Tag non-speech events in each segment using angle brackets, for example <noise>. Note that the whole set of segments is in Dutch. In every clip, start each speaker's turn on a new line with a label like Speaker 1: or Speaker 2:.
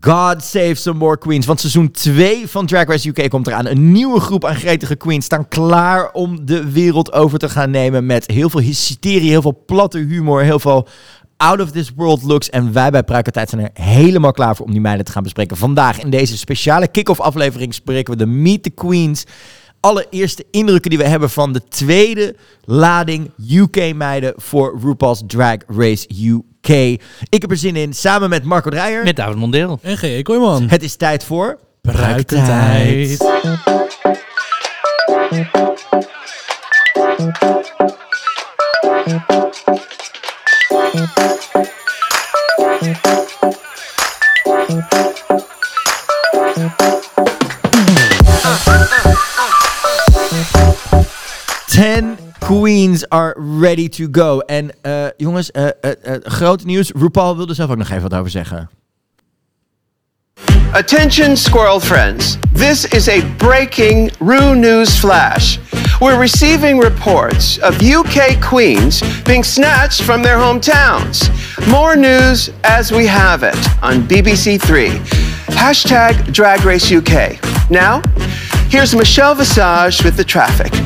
Speaker 1: God save some more queens. Want seizoen 2 van Drag Race UK komt eraan. Een nieuwe groep aan gretige queens staan klaar om de wereld over te gaan nemen. Met heel veel hysterie, heel veel platte humor, heel veel out of this world looks. En wij bij Pruikertijd zijn er helemaal klaar voor om die meiden te gaan bespreken. Vandaag in deze speciale kick-off aflevering spreken we de Meet the Queens. Allereerste indrukken die we hebben van de tweede lading UK meiden voor RuPaul's Drag Race UK. Ik heb er zin in, samen met Marco Dreyer.
Speaker 2: Met David Mondeel.
Speaker 3: En G.E. Kooijman.
Speaker 1: Het is tijd voor.
Speaker 3: Pruikentijd.
Speaker 1: Ten queens are ready to go. En eh, jongens, eh, eh, eh, groot nieuws. RuPaul wilde zelf ook nog even wat over zeggen.
Speaker 4: Attention, squirrel friends. This is a breaking Rue News Flash. We're receiving reports of UK queens being snatched from their hometowns. More news as we have it on BBC Three. Hashtag Drag Race UK. Now, here's Michelle Visage with the traffic.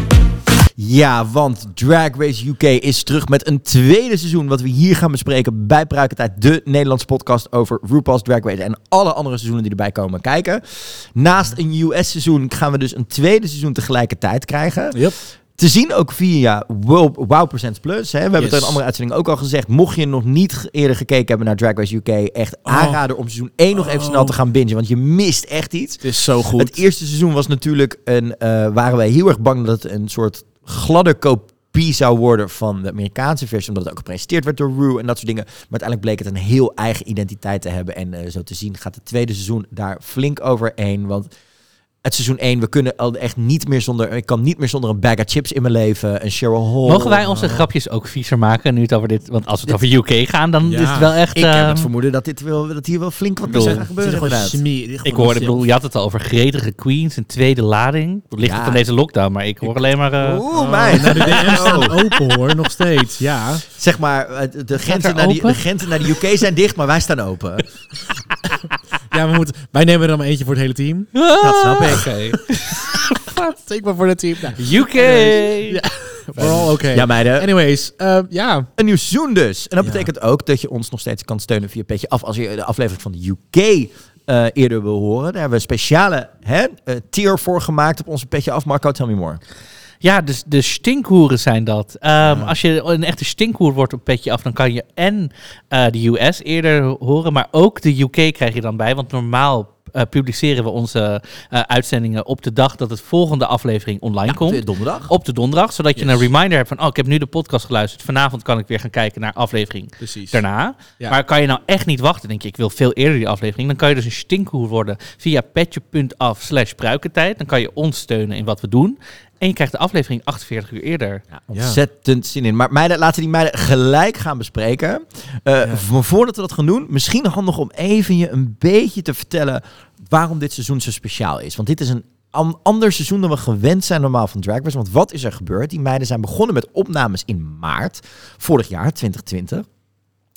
Speaker 1: Ja, want Drag Race UK is terug met een tweede seizoen. Wat we hier gaan bespreken bij Pruikentijd. De Nederlandse podcast over RuPaul's Drag Race. En alle andere seizoenen die erbij komen kijken. Naast een US-seizoen gaan we dus een tweede seizoen tegelijkertijd krijgen.
Speaker 3: Yep.
Speaker 1: Te zien ook via Wow, wow Percent Plus. Hè. We hebben het in
Speaker 3: Yes.
Speaker 1: een andere uitzending ook al gezegd. Mocht je nog niet ge- eerder gekeken hebben naar Drag Race UK... echt aanrader om seizoen 1 nog even snel te gaan bingen. Want je mist echt iets.
Speaker 3: Het is zo goed.
Speaker 1: Het eerste seizoen was natuurlijk een... eh, waren wij heel erg bang dat het een soort gladde kopie zou worden van de Amerikaanse versie, omdat het ook gepresenteerd werd door Rue en dat soort dingen. Maar uiteindelijk bleek het een heel eigen identiteit te hebben. En eh, zo te zien gaat het tweede seizoen daar flink overheen. Want het seizoen 1, we kunnen al echt niet meer zonder... Ik kan niet meer zonder een bag of chips in mijn leven, een Cheryl Hall.
Speaker 2: Mogen wij onze grapjes ook viezer maken nu het over dit... Want als we het over UK gaan, dan
Speaker 3: Ja.
Speaker 2: is het wel echt...
Speaker 1: Ik heb
Speaker 2: eh,
Speaker 1: het vermoeden dat, dit wel, dat hier wel flink wat
Speaker 2: bedoel,
Speaker 1: meer gaat
Speaker 3: Het is
Speaker 1: gebeuren.
Speaker 3: gewoon
Speaker 1: inderdaad.
Speaker 3: smerig.
Speaker 2: ik hoorde, ik bedoel, je had het al over gretige queens, een tweede lading. Dat ligt
Speaker 1: Ja.
Speaker 2: het aan deze lockdown, maar ik hoor alleen maar... eh,
Speaker 1: Oeh, mij.
Speaker 3: Nou, de DM's staan open hoor, nog steeds. Ja.
Speaker 1: Zeg maar, eh, de- de
Speaker 2: Staat
Speaker 1: grenzen,
Speaker 2: er
Speaker 1: naar die, de
Speaker 2: open?
Speaker 1: grenzen naar de UK zijn dicht, maar wij staan open.
Speaker 3: Ja, we moeten, wij nemen er dan maar eentje voor het hele team.
Speaker 1: Dat snap ik.
Speaker 3: Steek maar voor het team. Nou,
Speaker 2: UK!
Speaker 3: vooral oké.
Speaker 1: Ja, meiden.
Speaker 3: Anyways, eh, ja.
Speaker 1: Een nieuw seizoen dus. En dat
Speaker 3: Ja.
Speaker 1: betekent ook dat je ons nog steeds kan steunen via Petje Af. Als je de aflevering van de UK eh, eerder wil horen. Daar hebben we een speciale hè, eh, tier voor gemaakt op onze Petje Af. Marco, tell me more.
Speaker 2: Ja, dus de stinkhoeren zijn dat. Ehm, Als je een echte stinkhoer wordt op petje af, dan kan je en eh, de US eerder horen, maar ook de UK krijg je dan bij. Want normaal eh, publiceren we onze eh, uitzendingen op de dag dat het volgende aflevering online komt.
Speaker 1: Donderdag.
Speaker 2: Op de donderdag, zodat je een reminder hebt van, oh, ik heb nu de podcast geluisterd. Vanavond kan ik weer gaan kijken naar aflevering
Speaker 3: Precies.
Speaker 2: daarna.
Speaker 3: Ja.
Speaker 2: Maar kan je nou echt niet wachten, denk je, ik wil veel eerder die aflevering. Dan kan je dus een stinkhoer worden via petje.af slash pruikentijd. Dan kan je ons steunen in wat we doen. En je krijgt de aflevering 48 uur eerder.
Speaker 1: Ontzettend zin in. Maar meiden, laten we die meiden gelijk gaan bespreken. Eh, Maar voordat we dat gaan doen, misschien handig om even je een beetje te vertellen waarom dit seizoen zo speciaal is. Want dit is een an- ander seizoen dan we gewend zijn normaal van Drag Race. Want wat is er gebeurd? Die meiden zijn begonnen met opnames in maart vorig jaar, 2020.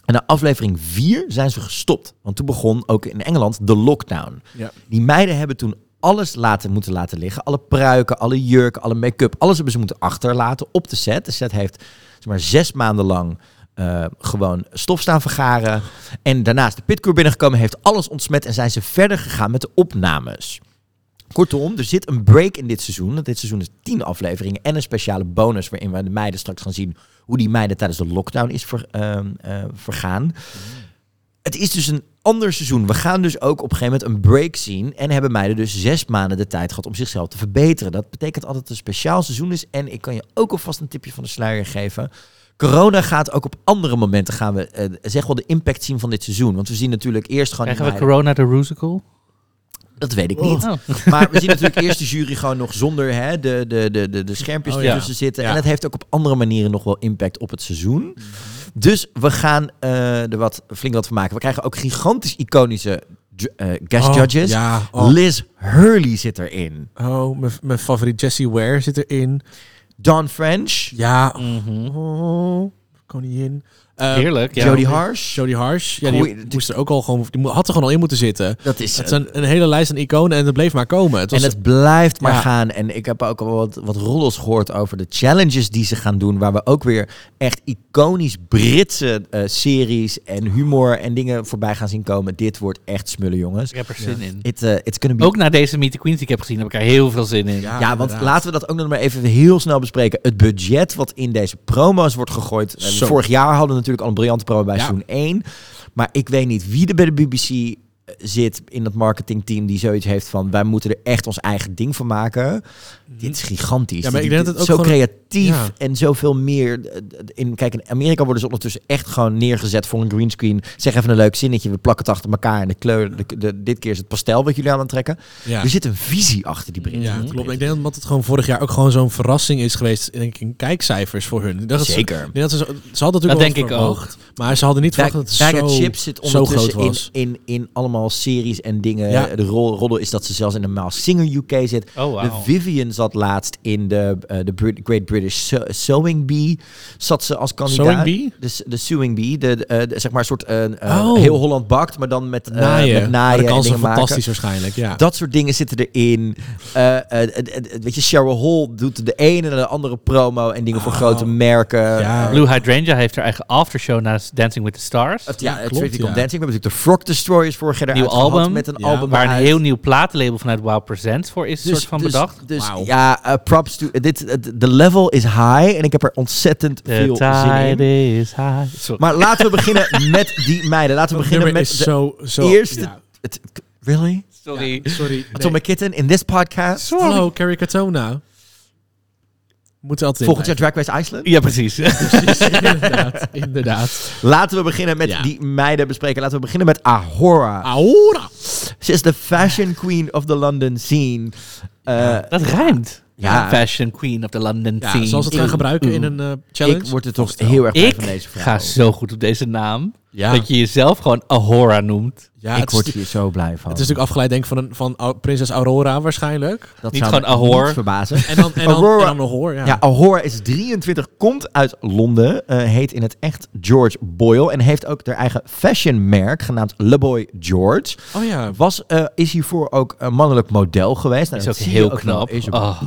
Speaker 1: En na aflevering 4 zijn ze gestopt. Want toen begon ook in Engeland de lockdown.
Speaker 3: Ja.
Speaker 1: Die meiden hebben toen alles laten, moeten laten liggen. Alle pruiken, alle jurken, alle make-up. Alles hebben ze moeten achterlaten op de set. De set heeft zeg maar, zes maanden lang eh, gewoon stof staan vergaren. En daarnaast de pitcrew binnengekomen, heeft alles ontsmet... en zijn ze verder gegaan met de opnames. Kortom, er zit een break in dit seizoen. Want dit seizoen is tien afleveringen en een speciale bonus... waarin we de meiden straks gaan zien hoe die meiden tijdens de lockdown is ver- ehm, eh, vergaan. Het is dus een ander seizoen. We gaan dus ook op een gegeven moment een break zien. En hebben meiden dus zes maanden de tijd gehad om zichzelf te verbeteren. Dat betekent altijd dat het een speciaal seizoen is. En ik kan je ook alvast een tipje van de sluier geven. Corona gaat ook op andere momenten gaan we eh, zeg wel de impact zien van dit seizoen. Want we zien natuurlijk eerst gewoon. die
Speaker 2: Krijgen we
Speaker 1: meiden- Oh,
Speaker 2: corona de Rusical? Oh,
Speaker 1: dat weet ik niet. Maar we zien natuurlijk eerst de jury gewoon nog zonder hè, de, de, de, de, de schermpjes
Speaker 3: Oh,
Speaker 1: die
Speaker 3: ja.
Speaker 1: tussen zitten.
Speaker 3: Ja. Mhm.
Speaker 1: En dat heeft ook op andere manieren nog wel impact op het seizoen. Dus we gaan eh, er wat flink wat van maken. We krijgen ook gigantisch iconische ju- eh, guest
Speaker 3: Oh,
Speaker 1: judges.
Speaker 3: Ja. Oh,
Speaker 1: Liz Hurley zit erin.
Speaker 3: Oh, mijn- mijn favoriet Jessie Ware zit erin.
Speaker 1: Don French.
Speaker 3: Ja. Oh, koningin. Eh,
Speaker 2: Heerlijk. Ja.
Speaker 1: Jody Harsh.
Speaker 3: Jody Harsh. Ja, die
Speaker 1: Goeie-
Speaker 3: moest er ook al gewoon, die mo- had er gewoon al in moeten zitten.
Speaker 1: Dat is
Speaker 3: Het
Speaker 1: het.
Speaker 3: is een, een hele lijst aan iconen en het bleef maar komen. Het was,
Speaker 1: en het blijft maar
Speaker 3: Ja.
Speaker 1: gaan. En ik heb ook al wat, wat roddels gehoord over de challenges die ze gaan doen. Waar we ook weer echt iconisch Britse eh, series en humor en dingen voorbij gaan zien komen. Dit wordt echt smullen, jongens.
Speaker 2: Ik heb er zin in.
Speaker 1: It, eh, it's gonna be...
Speaker 2: Ook na deze Meet the Queens die ik heb gezien, heb ik er heel veel zin in.
Speaker 1: ja, want laten we dat ook nog maar even heel snel bespreken. Het budget wat in deze promo's wordt gegooid. Eh,
Speaker 3: Zo.
Speaker 1: Vorig jaar hadden we natuurlijk al een briljante promo bij
Speaker 3: Ja.
Speaker 1: seizoen 1. Maar ik weet niet wie er bij de BBC eh, zit in dat marketingteam die zoiets heeft van wij moeten er echt ons eigen ding van maken. Dit is gigantisch.
Speaker 3: Mhm. Ja, maar
Speaker 1: Dit-
Speaker 3: ik denk
Speaker 1: dit-
Speaker 3: dat het
Speaker 1: zo
Speaker 3: ook gewoon-
Speaker 1: creatief
Speaker 3: Ja.
Speaker 1: en zoveel meer. eh, In, kijk, in Amerika worden ze ondertussen echt gewoon neergezet voor een greenscreen. Zeg even een leuk zinnetje, we plakken het achter elkaar en de kleur, de, de- dit keer is het pastel wat jullie aan het trekken.
Speaker 3: Ja.
Speaker 1: Er zit een visie achter die Britten.
Speaker 3: Ja, klopt. Ik denk dat het gewoon vorig jaar ook gewoon zo'n verrassing is geweest denk ik, in kijkcijfers voor hun. Ik dacht dat ze-
Speaker 1: Zeker.
Speaker 3: ik denk dat ze, zo- ze hadden natuurlijk
Speaker 2: Dat
Speaker 3: wel
Speaker 2: denk
Speaker 3: wat
Speaker 2: ik ook.
Speaker 3: verwacht, Maar ze hadden niet verwacht dat het
Speaker 1: Bag- Bag
Speaker 3: zo,
Speaker 1: of Chips zit
Speaker 3: zo groot
Speaker 1: ondertussen in,
Speaker 3: was.
Speaker 1: in, in allemaal series en dingen.
Speaker 3: Ja.
Speaker 1: De rol, roddel is dat ze zelfs in de Miles Singer UK zit.
Speaker 2: Oh, wauw.
Speaker 1: De Vivian zat laatst in de, eh, de Brit- Great British Sew- Sewing Bee. Zat ze als kandidaat.
Speaker 3: Sewing Bee?
Speaker 1: De, s- de Sewing Bee. De, de, eh, de- zeg maar een soort eh, eh,
Speaker 3: Oh.
Speaker 1: heel Holland bakt, maar dan met eh,
Speaker 3: naaien.
Speaker 1: Met
Speaker 3: Maar
Speaker 1: naaien
Speaker 3: de
Speaker 1: en
Speaker 3: kansen
Speaker 1: dingen maken.
Speaker 3: fantastisch waarschijnlijk. Ja.
Speaker 1: Dat soort dingen zitten erin. Eh, eh, eh, eh, weet je, Cheryl Hall doet de ene en de andere promo en dingen voor grote merken.
Speaker 3: Oh. Ja.
Speaker 1: Eh,
Speaker 2: Blue Hydrangea heeft haar eigen aftershow naast Dancing with the Stars.
Speaker 1: Het, ja, het
Speaker 3: klopt,
Speaker 1: Critical
Speaker 3: ja.
Speaker 1: Dancing. We hebben natuurlijk de Frog Destroyers vorig jaar
Speaker 2: Nieuw
Speaker 1: eruit gehad
Speaker 2: album.
Speaker 1: met een
Speaker 3: Ja.
Speaker 1: album
Speaker 2: waar een
Speaker 1: eruit.
Speaker 2: heel nieuw platenlabel vanuit Wow Presents voor is, soort van bedacht.
Speaker 1: Dus
Speaker 3: Wauw.
Speaker 1: ja, eh, props to... Dit, eh, de level is high en ik heb er ontzettend
Speaker 2: The
Speaker 1: veel zin in.
Speaker 2: tide is high. Sorry.
Speaker 1: Maar laten we
Speaker 3: <laughs>
Speaker 1: beginnen met die meiden. Laten we
Speaker 3: Het
Speaker 1: beginnen
Speaker 3: nummer
Speaker 1: met
Speaker 3: is
Speaker 1: de
Speaker 3: zo, zo...
Speaker 1: eerste...
Speaker 3: ja.
Speaker 1: het- really?
Speaker 2: Sorry.
Speaker 3: Sorry. nee.
Speaker 1: Atomic Kitten in this podcast?
Speaker 3: Hallo, Carrie Katona. Moet er altijd
Speaker 1: Volgend jaar
Speaker 3: in
Speaker 1: Drag Race Iceland?
Speaker 2: Ja, precies.
Speaker 3: blijven.
Speaker 1: <laughs>
Speaker 3: inderdaad, inderdaad.
Speaker 1: Laten we beginnen met
Speaker 3: Ja.
Speaker 1: die meiden bespreken. Laten we beginnen met Ahora.
Speaker 3: Aura.
Speaker 1: Ze is de fashion queen of the London scene. Eh,
Speaker 2: dat ruimt.
Speaker 1: Ja.
Speaker 2: Fashion queen of the London
Speaker 3: Ja,
Speaker 2: scene.
Speaker 3: zoals we het gaan gebruiken in een eh, challenge.
Speaker 1: ik word er toch heel erg blij van
Speaker 2: ik
Speaker 1: deze vrouw.
Speaker 2: ga zo goed op deze naam.
Speaker 3: Ja.
Speaker 2: Dat je jezelf gewoon Ahora noemt.
Speaker 3: ja,
Speaker 1: ik
Speaker 3: het,
Speaker 1: word
Speaker 3: is,
Speaker 1: hier zo blij van.
Speaker 3: het is natuurlijk afgeleid denk ik van, een, van Au- prinses Aurora waarschijnlijk.
Speaker 1: dat
Speaker 2: niet
Speaker 1: zou
Speaker 2: gewoon
Speaker 1: me
Speaker 2: Ahor.
Speaker 1: niet verbazen.
Speaker 3: En dan, en dan,
Speaker 1: Aurora-
Speaker 3: en dan nog hoor. Ja.
Speaker 1: Ja, Ahora is 23, komt uit Londen, eh, heet in het echt George Boyle en heeft ook haar eigen fashionmerk genaamd Le Boy George.
Speaker 3: Oh ja.
Speaker 1: Was, eh, is hiervoor ook een mannelijk model geweest. Nou,
Speaker 2: Is
Speaker 1: dat
Speaker 2: ook
Speaker 1: zie je
Speaker 2: heel
Speaker 1: wel.
Speaker 2: knap.
Speaker 1: Is ook
Speaker 2: Oh,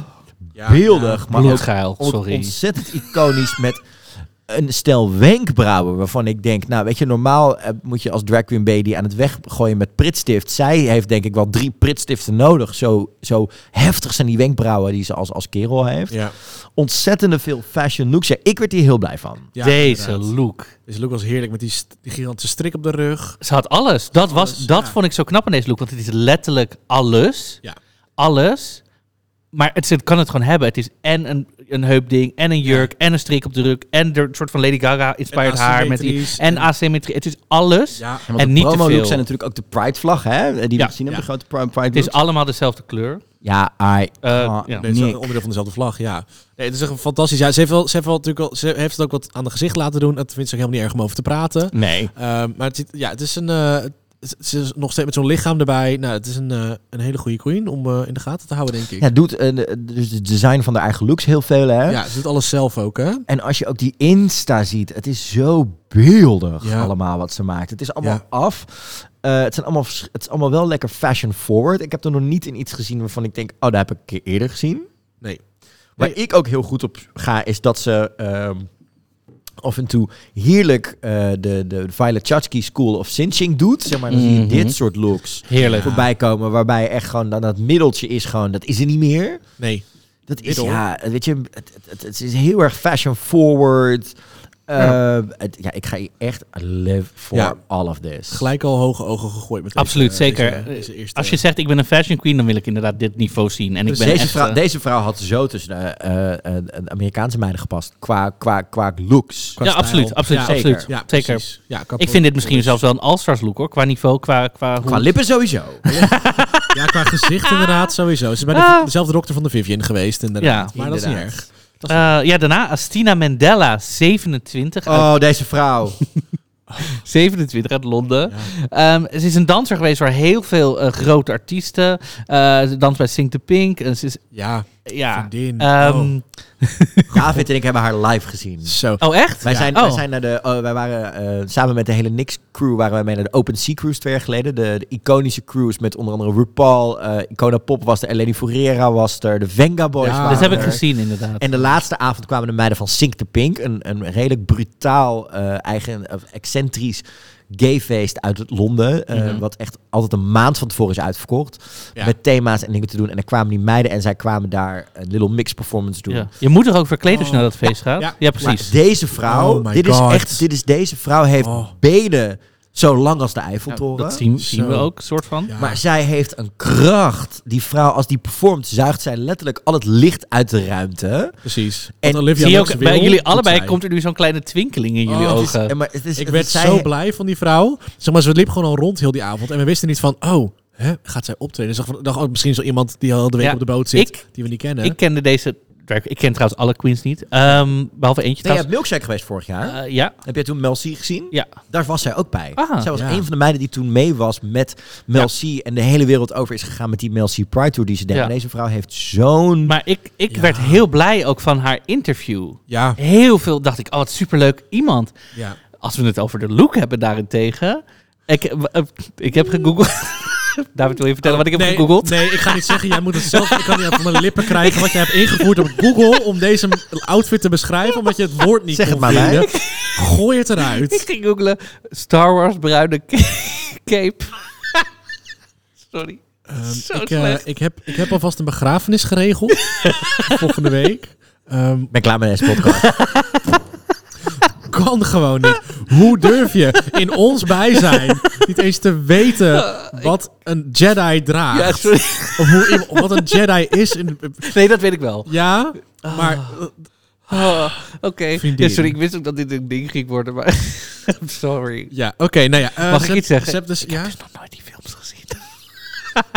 Speaker 3: ja.
Speaker 1: beeldig, maar ook
Speaker 2: bloedgeil,
Speaker 1: ont-
Speaker 2: sorry.
Speaker 1: ontzettend iconisch met een stel wenkbrauwen waarvan ik denk, nou weet je, normaal eh, moet je als drag queen baby aan het weggooien met pritstift. Zij heeft denk ik wel drie pritstiften nodig. Zo, zo heftig zijn die wenkbrauwen die ze als, als kerel heeft.
Speaker 3: Ja.
Speaker 1: Ontzettende veel fashion looks. Ja, ik werd hier heel blij van.
Speaker 3: Ja,
Speaker 2: deze
Speaker 3: inderdaad.
Speaker 2: look.
Speaker 3: Deze look was heerlijk met die, st- die gigantische strik op de rug.
Speaker 2: Ze had alles. Dat, was,
Speaker 3: Alles,
Speaker 2: dat
Speaker 3: ja.
Speaker 2: vond ik zo knap aan deze look. Want het is letterlijk alles.
Speaker 3: Ja.
Speaker 2: Alles. Maar het zit- kan het gewoon hebben. Het is en een, een heupding, en een jurk, en een strik op de rug, en er een soort van Lady Gaga inspired
Speaker 3: En
Speaker 2: haar. Met die,
Speaker 3: asymmetrisch,
Speaker 2: en
Speaker 3: en-
Speaker 2: asymmetrie. Het is alles.
Speaker 3: Ja.
Speaker 1: want
Speaker 2: En
Speaker 1: de
Speaker 2: niet te
Speaker 1: promo
Speaker 2: veel.
Speaker 1: looks zijn natuurlijk ook de pride vlag, hè? Eh, Die
Speaker 2: Ja,
Speaker 1: we gezien hebben,
Speaker 3: ja.
Speaker 1: de grote pri- pride
Speaker 2: Het is
Speaker 1: looks.
Speaker 2: allemaal dezelfde kleur.
Speaker 1: Ja, I
Speaker 2: Eh,
Speaker 1: can't
Speaker 2: ja.
Speaker 3: Nee, het is wel
Speaker 1: nick.
Speaker 3: een onderdeel van dezelfde vlag, ja. Nee, het is echt een fantastisch. Ja, ze heeft, wel, ze, heeft wel natuurlijk al, ze heeft het ook wat aan het gezicht laten doen. Dat vindt ze ook helemaal niet erg om over te praten.
Speaker 1: Nee.
Speaker 3: Ehm, maar het, ziet- ja, het is een. eh, het- ze is nog steeds met zo'n lichaam erbij. Nou, het is een, eh, een hele goede queen om eh, in de gaten te houden, denk ik.
Speaker 1: Ja, doet eh, de- dus het design van de eigen looks heel veel, hè?
Speaker 3: Ja, ze doet alles zelf ook, hè?
Speaker 1: En als je ook die Insta ziet, het is zo beeldig
Speaker 3: Ja.
Speaker 1: allemaal wat ze maakt. Het is allemaal
Speaker 3: Ja.
Speaker 1: af. Eh, het, zijn allemaal, vers- het is allemaal wel lekker fashion forward. Ik heb er nog niet in iets gezien waarvan ik denk, oh, dat heb ik een keer eerder gezien.
Speaker 3: Nee.
Speaker 1: Waar ik ook heel goed op ga, is dat ze ehm, af en toe heerlijk eh, de, de Violet Chachki School of Cinching doet. Zeg maar, dan zie je
Speaker 2: Mhm.
Speaker 1: dit soort looks
Speaker 2: Heerlijk.
Speaker 1: voorbij komen, waarbij je echt gewoon dan dat middeltje is gewoon, dat is er niet meer.
Speaker 3: Nee.
Speaker 1: Dat is
Speaker 3: Middel.
Speaker 1: ja, weet je, het, het, het- het is heel erg fashion forward. Eh, het- ja, ik ga hier echt live for
Speaker 3: Ja.
Speaker 1: all of this.
Speaker 3: Gelijk al hoge ogen gegooid met deze,
Speaker 2: Absoluut,
Speaker 3: eh,
Speaker 2: zeker.
Speaker 3: deze- deze eerste-
Speaker 2: Als je zegt, ik ben een fashion queen, dan wil ik inderdaad dit niveau zien. En ik
Speaker 3: Dus
Speaker 2: ben
Speaker 1: deze,
Speaker 2: echt,
Speaker 1: vrouw,
Speaker 2: eh,
Speaker 1: deze vrouw had zo tussen de, eh, eh, de Amerikaanse meiden gepast qua, qua, qua looks.
Speaker 3: qua
Speaker 2: Ja,
Speaker 3: stijl.
Speaker 2: absoluut, absoluut,
Speaker 3: Ja,
Speaker 2: absoluut.
Speaker 1: zeker.
Speaker 3: Ja,
Speaker 2: Zeker.
Speaker 3: precies. Ja, qua dus.
Speaker 2: Ik vind dit
Speaker 3: pro-
Speaker 2: misschien zelfs wel een all-stars look hoor. Qua niveau, qua... qua,
Speaker 1: Qua
Speaker 2: hoe...
Speaker 1: lippen sowieso.
Speaker 3: Ja, qua
Speaker 2: <laughs>
Speaker 3: gezicht inderdaad, sowieso. Ze is bij de,
Speaker 2: Ah.
Speaker 3: dezelfde dokter van de Vivian geweest, inderdaad.
Speaker 2: Ja,
Speaker 3: maar dat is
Speaker 1: inderdaad.
Speaker 3: niet erg.
Speaker 2: Eh, ja, daarna Astina Mandela, 27. uit-
Speaker 1: Oh, deze vrouw.
Speaker 2: 27 uit Londen. Ehm, ze is een danser geweest voor heel veel eh, grote artiesten. Eh, ze danst bij Sing the Pink. En ze is
Speaker 3: Ja,
Speaker 2: Ja.
Speaker 3: Vriendin. Oh.
Speaker 2: Ehm,
Speaker 1: David en ik hebben haar live gezien.
Speaker 3: Zo.
Speaker 2: oh. echt?
Speaker 1: Wij,
Speaker 2: Ja.
Speaker 1: zijn,
Speaker 2: oh.
Speaker 1: wij, zijn naar de, oh, wij waren eh, samen met de hele Nix crew waren wij mee naar de Open Sea Cruise twee jaar geleden. De, de iconische cruise met onder andere RuPaul, eh Icona Pop was er, Eleni Furera was er, de Venga Boys
Speaker 3: Ja,
Speaker 1: waren
Speaker 2: Dat heb ik
Speaker 1: er.
Speaker 2: gezien, inderdaad.
Speaker 1: En de laatste avond kwamen de meiden van Sink the Pink, een, een redelijk brutaal, eh, eigen, of excentrisch gayfeest uit Londen. eh,
Speaker 2: Mhm.
Speaker 1: Wat echt altijd een maand van tevoren is uitverkocht.
Speaker 3: Ja.
Speaker 1: Met thema's en dingen te doen. En er kwamen die meiden en zij kwamen daar een Little Mix performance doen.
Speaker 2: Ja. Je moet toch ook verkleed als je
Speaker 3: Oh.
Speaker 2: naar dat feest gaat? Ja,
Speaker 3: Ja.
Speaker 2: precies.
Speaker 1: Deze vrouw,
Speaker 3: Oh my
Speaker 1: dit
Speaker 3: God.
Speaker 1: is echt, dit is deze vrouw heeft
Speaker 3: Oh.
Speaker 1: benen zo lang als de Eiffeltoren.
Speaker 2: Ja, dat zien, zien we
Speaker 3: Zo.
Speaker 2: ook, soort van.
Speaker 3: Ja.
Speaker 1: Maar zij heeft een kracht. Die vrouw, als die performt, zuigt zij letterlijk al het licht uit de ruimte.
Speaker 3: Precies.
Speaker 1: En
Speaker 3: En Olivia
Speaker 2: Zie je
Speaker 3: Nux
Speaker 2: ook,
Speaker 3: wil,
Speaker 2: bij jullie
Speaker 3: doet
Speaker 2: allebei
Speaker 3: zij.
Speaker 2: komt er nu zo'n kleine twinkeling in jullie
Speaker 3: Oh, het is-
Speaker 2: ogen.
Speaker 1: En maar het is,
Speaker 3: Ik
Speaker 1: het-
Speaker 3: werd
Speaker 1: zij-
Speaker 3: zo blij van die vrouw. Zeg maar, ze liep gewoon al rond heel die avond. En we wisten niet van, oh, hè, gaat zij optreden? Dus ik dacht, oh, misschien is er iemand die al de week
Speaker 2: Ja,
Speaker 3: op de boot zit,
Speaker 2: ik-
Speaker 3: die we niet kennen.
Speaker 2: Ik kende deze drag Ik ken trouwens alle queens niet. Ehm, behalve eentje
Speaker 1: Nee, je hebt
Speaker 2: trouwens.
Speaker 1: Milkshake geweest vorig jaar.
Speaker 2: Eh, ja,
Speaker 1: Heb jij toen Mel C gezien?
Speaker 2: ja.
Speaker 1: Daar was zij ook bij.
Speaker 2: Ah,
Speaker 1: zij was
Speaker 3: ja.
Speaker 1: een van de meiden die toen mee was met Mel C. En de hele wereld over is gegaan met die Mel C Pride Tour die ze deed.
Speaker 2: Ja.
Speaker 1: Maar Deze vrouw heeft zo'n...
Speaker 2: Maar ik, ik
Speaker 3: Ja.
Speaker 2: werd heel blij ook van haar interview.
Speaker 3: Ja,
Speaker 2: Heel veel dacht ik, oh wat superleuk iemand.
Speaker 3: ja.
Speaker 2: Als we het over de look hebben daarentegen. Ik, eh, ik heb gegoogeld. <laughs> David, wil je vertellen wat ik heb
Speaker 3: Oh, nee,
Speaker 2: gegoogeld?
Speaker 3: Nee, ik ga niet zeggen, jij moet het zelf. Ik kan niet uit mijn lippen krijgen wat je hebt ingevoerd op Google om deze outfit te beschrijven, omdat je het woord niet
Speaker 1: Zeg het
Speaker 3: kon
Speaker 1: maar,
Speaker 3: vinden.
Speaker 1: Lijn.
Speaker 3: Gooi het
Speaker 2: <laughs> Ik
Speaker 3: eruit.
Speaker 2: ging googlen Star Wars bruine <laughs> cape. <laughs> Sorry. Zo
Speaker 3: ik, eh,
Speaker 2: slecht.
Speaker 3: ik, heb, ik heb alvast een begrafenis geregeld <laughs> volgende week. Ehm,
Speaker 1: Ik ben klaar met deze
Speaker 2: <laughs>
Speaker 1: podcast.
Speaker 3: kan gewoon niet. Hoe durf je in ons bijzijn niet eens te weten wat een Jedi draagt?
Speaker 2: Ja, sorry.
Speaker 3: Of hoe, iemand- wat een Jedi is. In,
Speaker 2: Nee, dat weet ik wel.
Speaker 3: ja,
Speaker 2: Ah.
Speaker 3: maar eh,
Speaker 2: <laughs> Oh, Oké.
Speaker 3: Vriendin.
Speaker 2: Ja, sorry, ik wist ook dat dit een ding ging worden, maar... <laughs> I'm sorry.
Speaker 3: ja, oké, nou ja. eh,
Speaker 2: Mag ik
Speaker 3: ze-
Speaker 2: iets zeggen?
Speaker 3: ze hebben dus, ja?
Speaker 2: nog nooit die films gezien.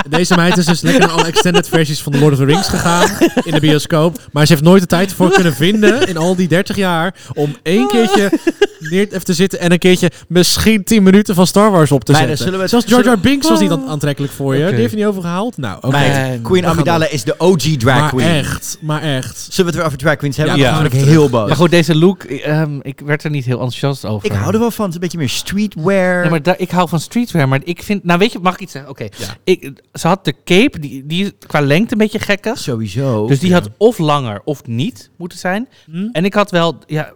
Speaker 3: Deze meid is dus lekker naar alle extended versies van The Lord of the Rings gegaan in de bioscoop. Maar ze heeft nooit de tijd voor kunnen vinden in al die 30 jaar om één keertje neer even te zitten en een keertje misschien 10 minuten van Star Wars op te
Speaker 1: Meiden,
Speaker 3: zetten.
Speaker 1: zullen we het-
Speaker 3: Zelfs George
Speaker 1: zullen
Speaker 3: R. Binks was niet aan- aantrekkelijk voor je.
Speaker 2: Oké.
Speaker 3: Die heeft je niet overgehaald. Nou, oké.
Speaker 1: Meid,
Speaker 2: Man.
Speaker 1: Queen
Speaker 3: We gaan
Speaker 1: Amidala is de OG drag
Speaker 3: Maar
Speaker 1: queen.
Speaker 3: echt, maar echt.
Speaker 1: Zullen we het weer over drag queens hebben?
Speaker 3: Ja,
Speaker 1: Ja,
Speaker 3: we
Speaker 1: dan
Speaker 3: gaan
Speaker 1: word ik
Speaker 3: even
Speaker 1: heel boos.
Speaker 2: Maar goed, deze look, eh, ehm, ik werd er niet heel enthousiast over.
Speaker 1: ik hou er wel van. Het is een beetje meer streetwear.
Speaker 2: Ja, maar daar- ik hou van streetwear, maar ik vind... Nou, weet je, mag ik iets zeggen? Oké.
Speaker 3: Ja.
Speaker 2: Ik- Ze had de cape, die, die is qua lengte een beetje gekker.
Speaker 1: Sowieso.
Speaker 2: Dus die had of langer of niet moeten zijn.
Speaker 3: Hm?
Speaker 2: En ik had wel... Ja,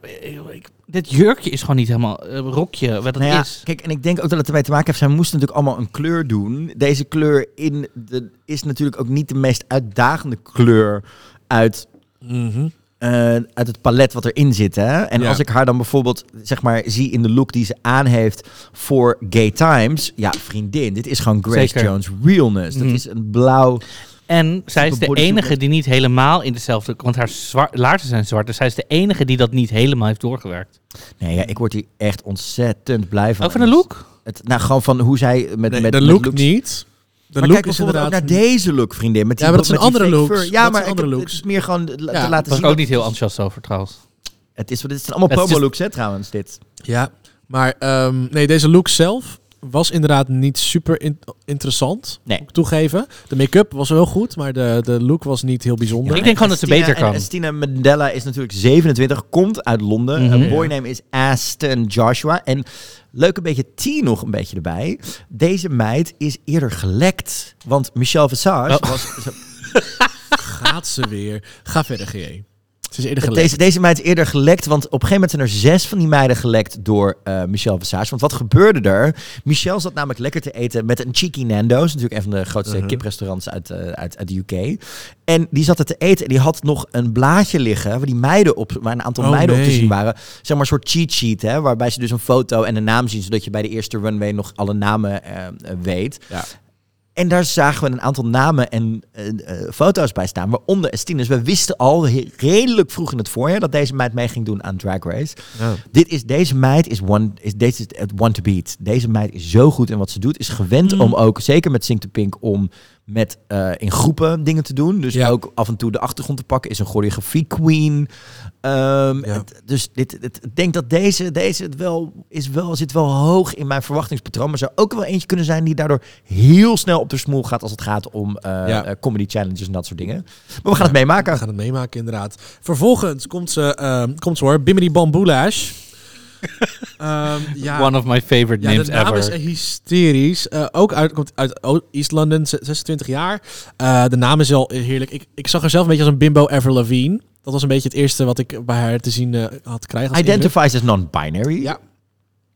Speaker 2: ik, dit jurkje is gewoon niet helemaal... eh, rokje, wat het
Speaker 1: Nou ja,
Speaker 2: is.
Speaker 1: kijk, en ik denk ook dat het ermee te maken heeft. Zij moesten natuurlijk allemaal een kleur doen. Deze kleur in de, is natuurlijk ook niet de meest uitdagende kleur uit, eh, uit het palet wat erin zit. Hè? En
Speaker 3: Ja.
Speaker 1: als ik haar dan bijvoorbeeld zeg maar, zie in de look die ze aan heeft voor Gay Times. Ja, vriendin, dit is gewoon Grace
Speaker 2: Zeker.
Speaker 1: Jones realness. Dat
Speaker 2: Mhm.
Speaker 1: is een blauw...
Speaker 2: En zij is de
Speaker 1: bodysuit
Speaker 2: enige
Speaker 1: met-
Speaker 2: die niet helemaal in dezelfde... Want haar zwa- laarzen zijn zwart. Dus zij is de enige die dat niet helemaal heeft doorgewerkt.
Speaker 1: Nee, ja, ik word hier echt ontzettend blij van.
Speaker 2: Ook van de look?
Speaker 1: Het, nou, gewoon van hoe zij met,
Speaker 3: Nee,
Speaker 1: met
Speaker 3: de
Speaker 1: met
Speaker 3: look
Speaker 1: looks-
Speaker 3: niet. De
Speaker 1: maar
Speaker 3: look
Speaker 1: kijk
Speaker 3: is
Speaker 1: bijvoorbeeld ook
Speaker 3: inderdaad...
Speaker 1: naar deze look, vriendin. Met die,
Speaker 3: Ja, maar dat
Speaker 1: met
Speaker 3: zijn
Speaker 1: die
Speaker 3: andere
Speaker 1: fake
Speaker 3: looks.
Speaker 1: fur. Ja,
Speaker 3: Dat
Speaker 1: maar
Speaker 3: zijn andere
Speaker 1: ik-
Speaker 3: looks.
Speaker 1: het is meer gewoon te la-
Speaker 3: Ja,
Speaker 1: te laten
Speaker 2: Was
Speaker 1: zien.
Speaker 2: ik ook niet heel enthousiast over trouwens.
Speaker 1: Het, is, wat- dit zijn allemaal
Speaker 2: Het is
Speaker 1: promo looks, hè, trouwens, dit.
Speaker 3: Ja, maar ehm, nee, deze look zelf was inderdaad niet super in- interessant.
Speaker 1: Nee.
Speaker 3: Moet ik toegeven. De make-up was wel goed, maar de, de look was niet heel bijzonder.
Speaker 2: Ik denk gewoon dat ze beter
Speaker 1: en
Speaker 2: kan.
Speaker 1: Estina Mandela is natuurlijk 27, komt uit Londen.
Speaker 2: Mhm.
Speaker 1: Een boy name is Aston Joshua. En leuk een beetje T nog een beetje erbij. Deze meid is eerder gelekt. Want Michelle Visage
Speaker 2: Oh.
Speaker 1: was...
Speaker 2: <laughs>
Speaker 1: ze-
Speaker 3: Gaat ze weer. Ga verder, G. Het is eerder geleden.
Speaker 1: Deze, deze meid is eerder gelekt, want op een gegeven moment zijn er zes van die meiden gelekt door eh, Michelle Visage. Want wat gebeurde er? Michelle zat namelijk lekker te eten met een Cheeky Nando's. Natuurlijk een van de grootste
Speaker 3: Mhm.
Speaker 1: kiprestaurants uit, eh, uit, uit de UK. En die zat er te eten en die had nog een blaadje liggen... waar, die meiden op, waar een aantal
Speaker 3: Oh,
Speaker 1: meiden op te
Speaker 3: nee.
Speaker 1: zien waren. Zeg maar een soort cheat sheet, hè, waarbij ze dus een foto en een naam zien... zodat je bij de eerste runway nog alle namen eh, weet.
Speaker 3: Ja.
Speaker 1: En daar zagen we een aantal namen en eh, eh, foto's bij staan, waaronder Estine. Dus we wisten al he- redelijk vroeg in het voorjaar dat deze meid mee ging doen aan Drag Race. Dit is, deze meid is, one, is, deze
Speaker 3: Mm.
Speaker 1: is het one to beat. Deze meid is zo goed en wat ze doet is gewend om ook, zeker met Sink the Pink, om met eh, in groepen dingen te doen. Dus
Speaker 3: Ja.
Speaker 1: ook af en toe de achtergrond te pakken. Is een choreografie queen. Ehm,
Speaker 3: Ja.
Speaker 1: het- dus dit, het- ik denk dat deze, deze het wel, is wel, zit wel hoog in mijn verwachtingspatroon. Maar zou ook wel eentje kunnen zijn die daardoor heel snel op de smoel gaat... als het gaat om eh,
Speaker 3: Ja.
Speaker 1: eh, comedy challenges en dat soort dingen. Maar we gaan het meemaken.
Speaker 3: We gaan het meemaken, inderdaad. Vervolgens komt ze, ehm, komt ze hoor, Bimini
Speaker 1: <laughs>
Speaker 3: Bamboo Lash. Ehm, ja,
Speaker 2: One of my favorite
Speaker 3: ja,
Speaker 2: names
Speaker 3: de naam
Speaker 2: ever.
Speaker 3: is hysterisch. Eh, ook uit, komt uit O- East London, z- 26 jaar. Eh, de naam is al heerlijk. Ik, ik zag haar zelf een beetje als een bimbo Ever Lavigne. Dat was een beetje het eerste wat ik bij haar te zien eh, had krijgen. als indruk.
Speaker 1: Identifies as non-binary.
Speaker 3: Ja.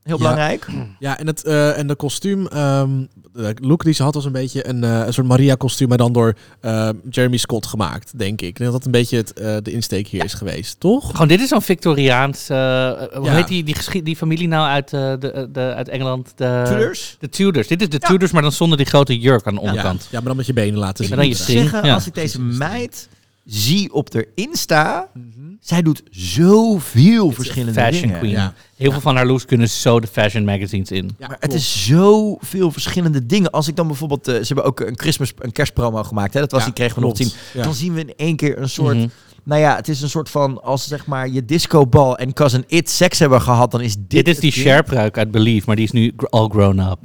Speaker 1: Heel
Speaker 3: Ja.
Speaker 1: belangrijk.
Speaker 3: Ja, en, het, eh, en de kostuum, ehm, de look die ze had was een beetje een, eh, een soort Maria-kostuum, maar dan door eh, Jeremy Scott gemaakt, denk ik. Ik denk dat dat een beetje het, eh, de insteek hier is geweest, toch?
Speaker 2: Gewoon, dit is zo'n Victoriaans... eh, eh, hoe
Speaker 3: Ja.
Speaker 2: heet die, die, geschi- die familie nou uit, eh, de, de, uit Engeland? De
Speaker 1: Tudors?
Speaker 2: De Tudors. Dit is de Tudors, maar dan zonder die grote jurk aan de
Speaker 3: Ja,
Speaker 2: onderkant.
Speaker 3: ja, maar dan met je benen laten
Speaker 2: Ik
Speaker 3: zien.
Speaker 2: ben Dus dan
Speaker 1: Ik
Speaker 2: je Sting,
Speaker 1: zeggen,
Speaker 2: ja.
Speaker 1: als ik deze meid zie op de Insta,
Speaker 3: Mhm.
Speaker 1: zij doet zoveel verschillende
Speaker 2: Fashion
Speaker 1: dingen.
Speaker 2: queen.
Speaker 3: Ja.
Speaker 2: Heel veel van haar looks kunnen zo de fashion magazines in.
Speaker 3: Ja,
Speaker 1: Maar het
Speaker 3: klopt.
Speaker 1: is zoveel verschillende dingen. Als ik dan bijvoorbeeld, eh, ze hebben ook een Christmas, een kerstpromo gemaakt. Hè? Dat was
Speaker 3: Ja,
Speaker 1: die kregen we nog te
Speaker 3: klopt.
Speaker 1: zien.
Speaker 3: Ja.
Speaker 1: Dan zien we in één keer een soort.
Speaker 2: Mhm.
Speaker 1: Nou ja, het is een soort van als zeg maar je discobal en cousin it seks hebben gehad, dan is dit.
Speaker 2: Dit is
Speaker 1: het
Speaker 2: die
Speaker 1: ding.
Speaker 2: Cher-pruik uit Believe, maar die is nu gr- all grown up.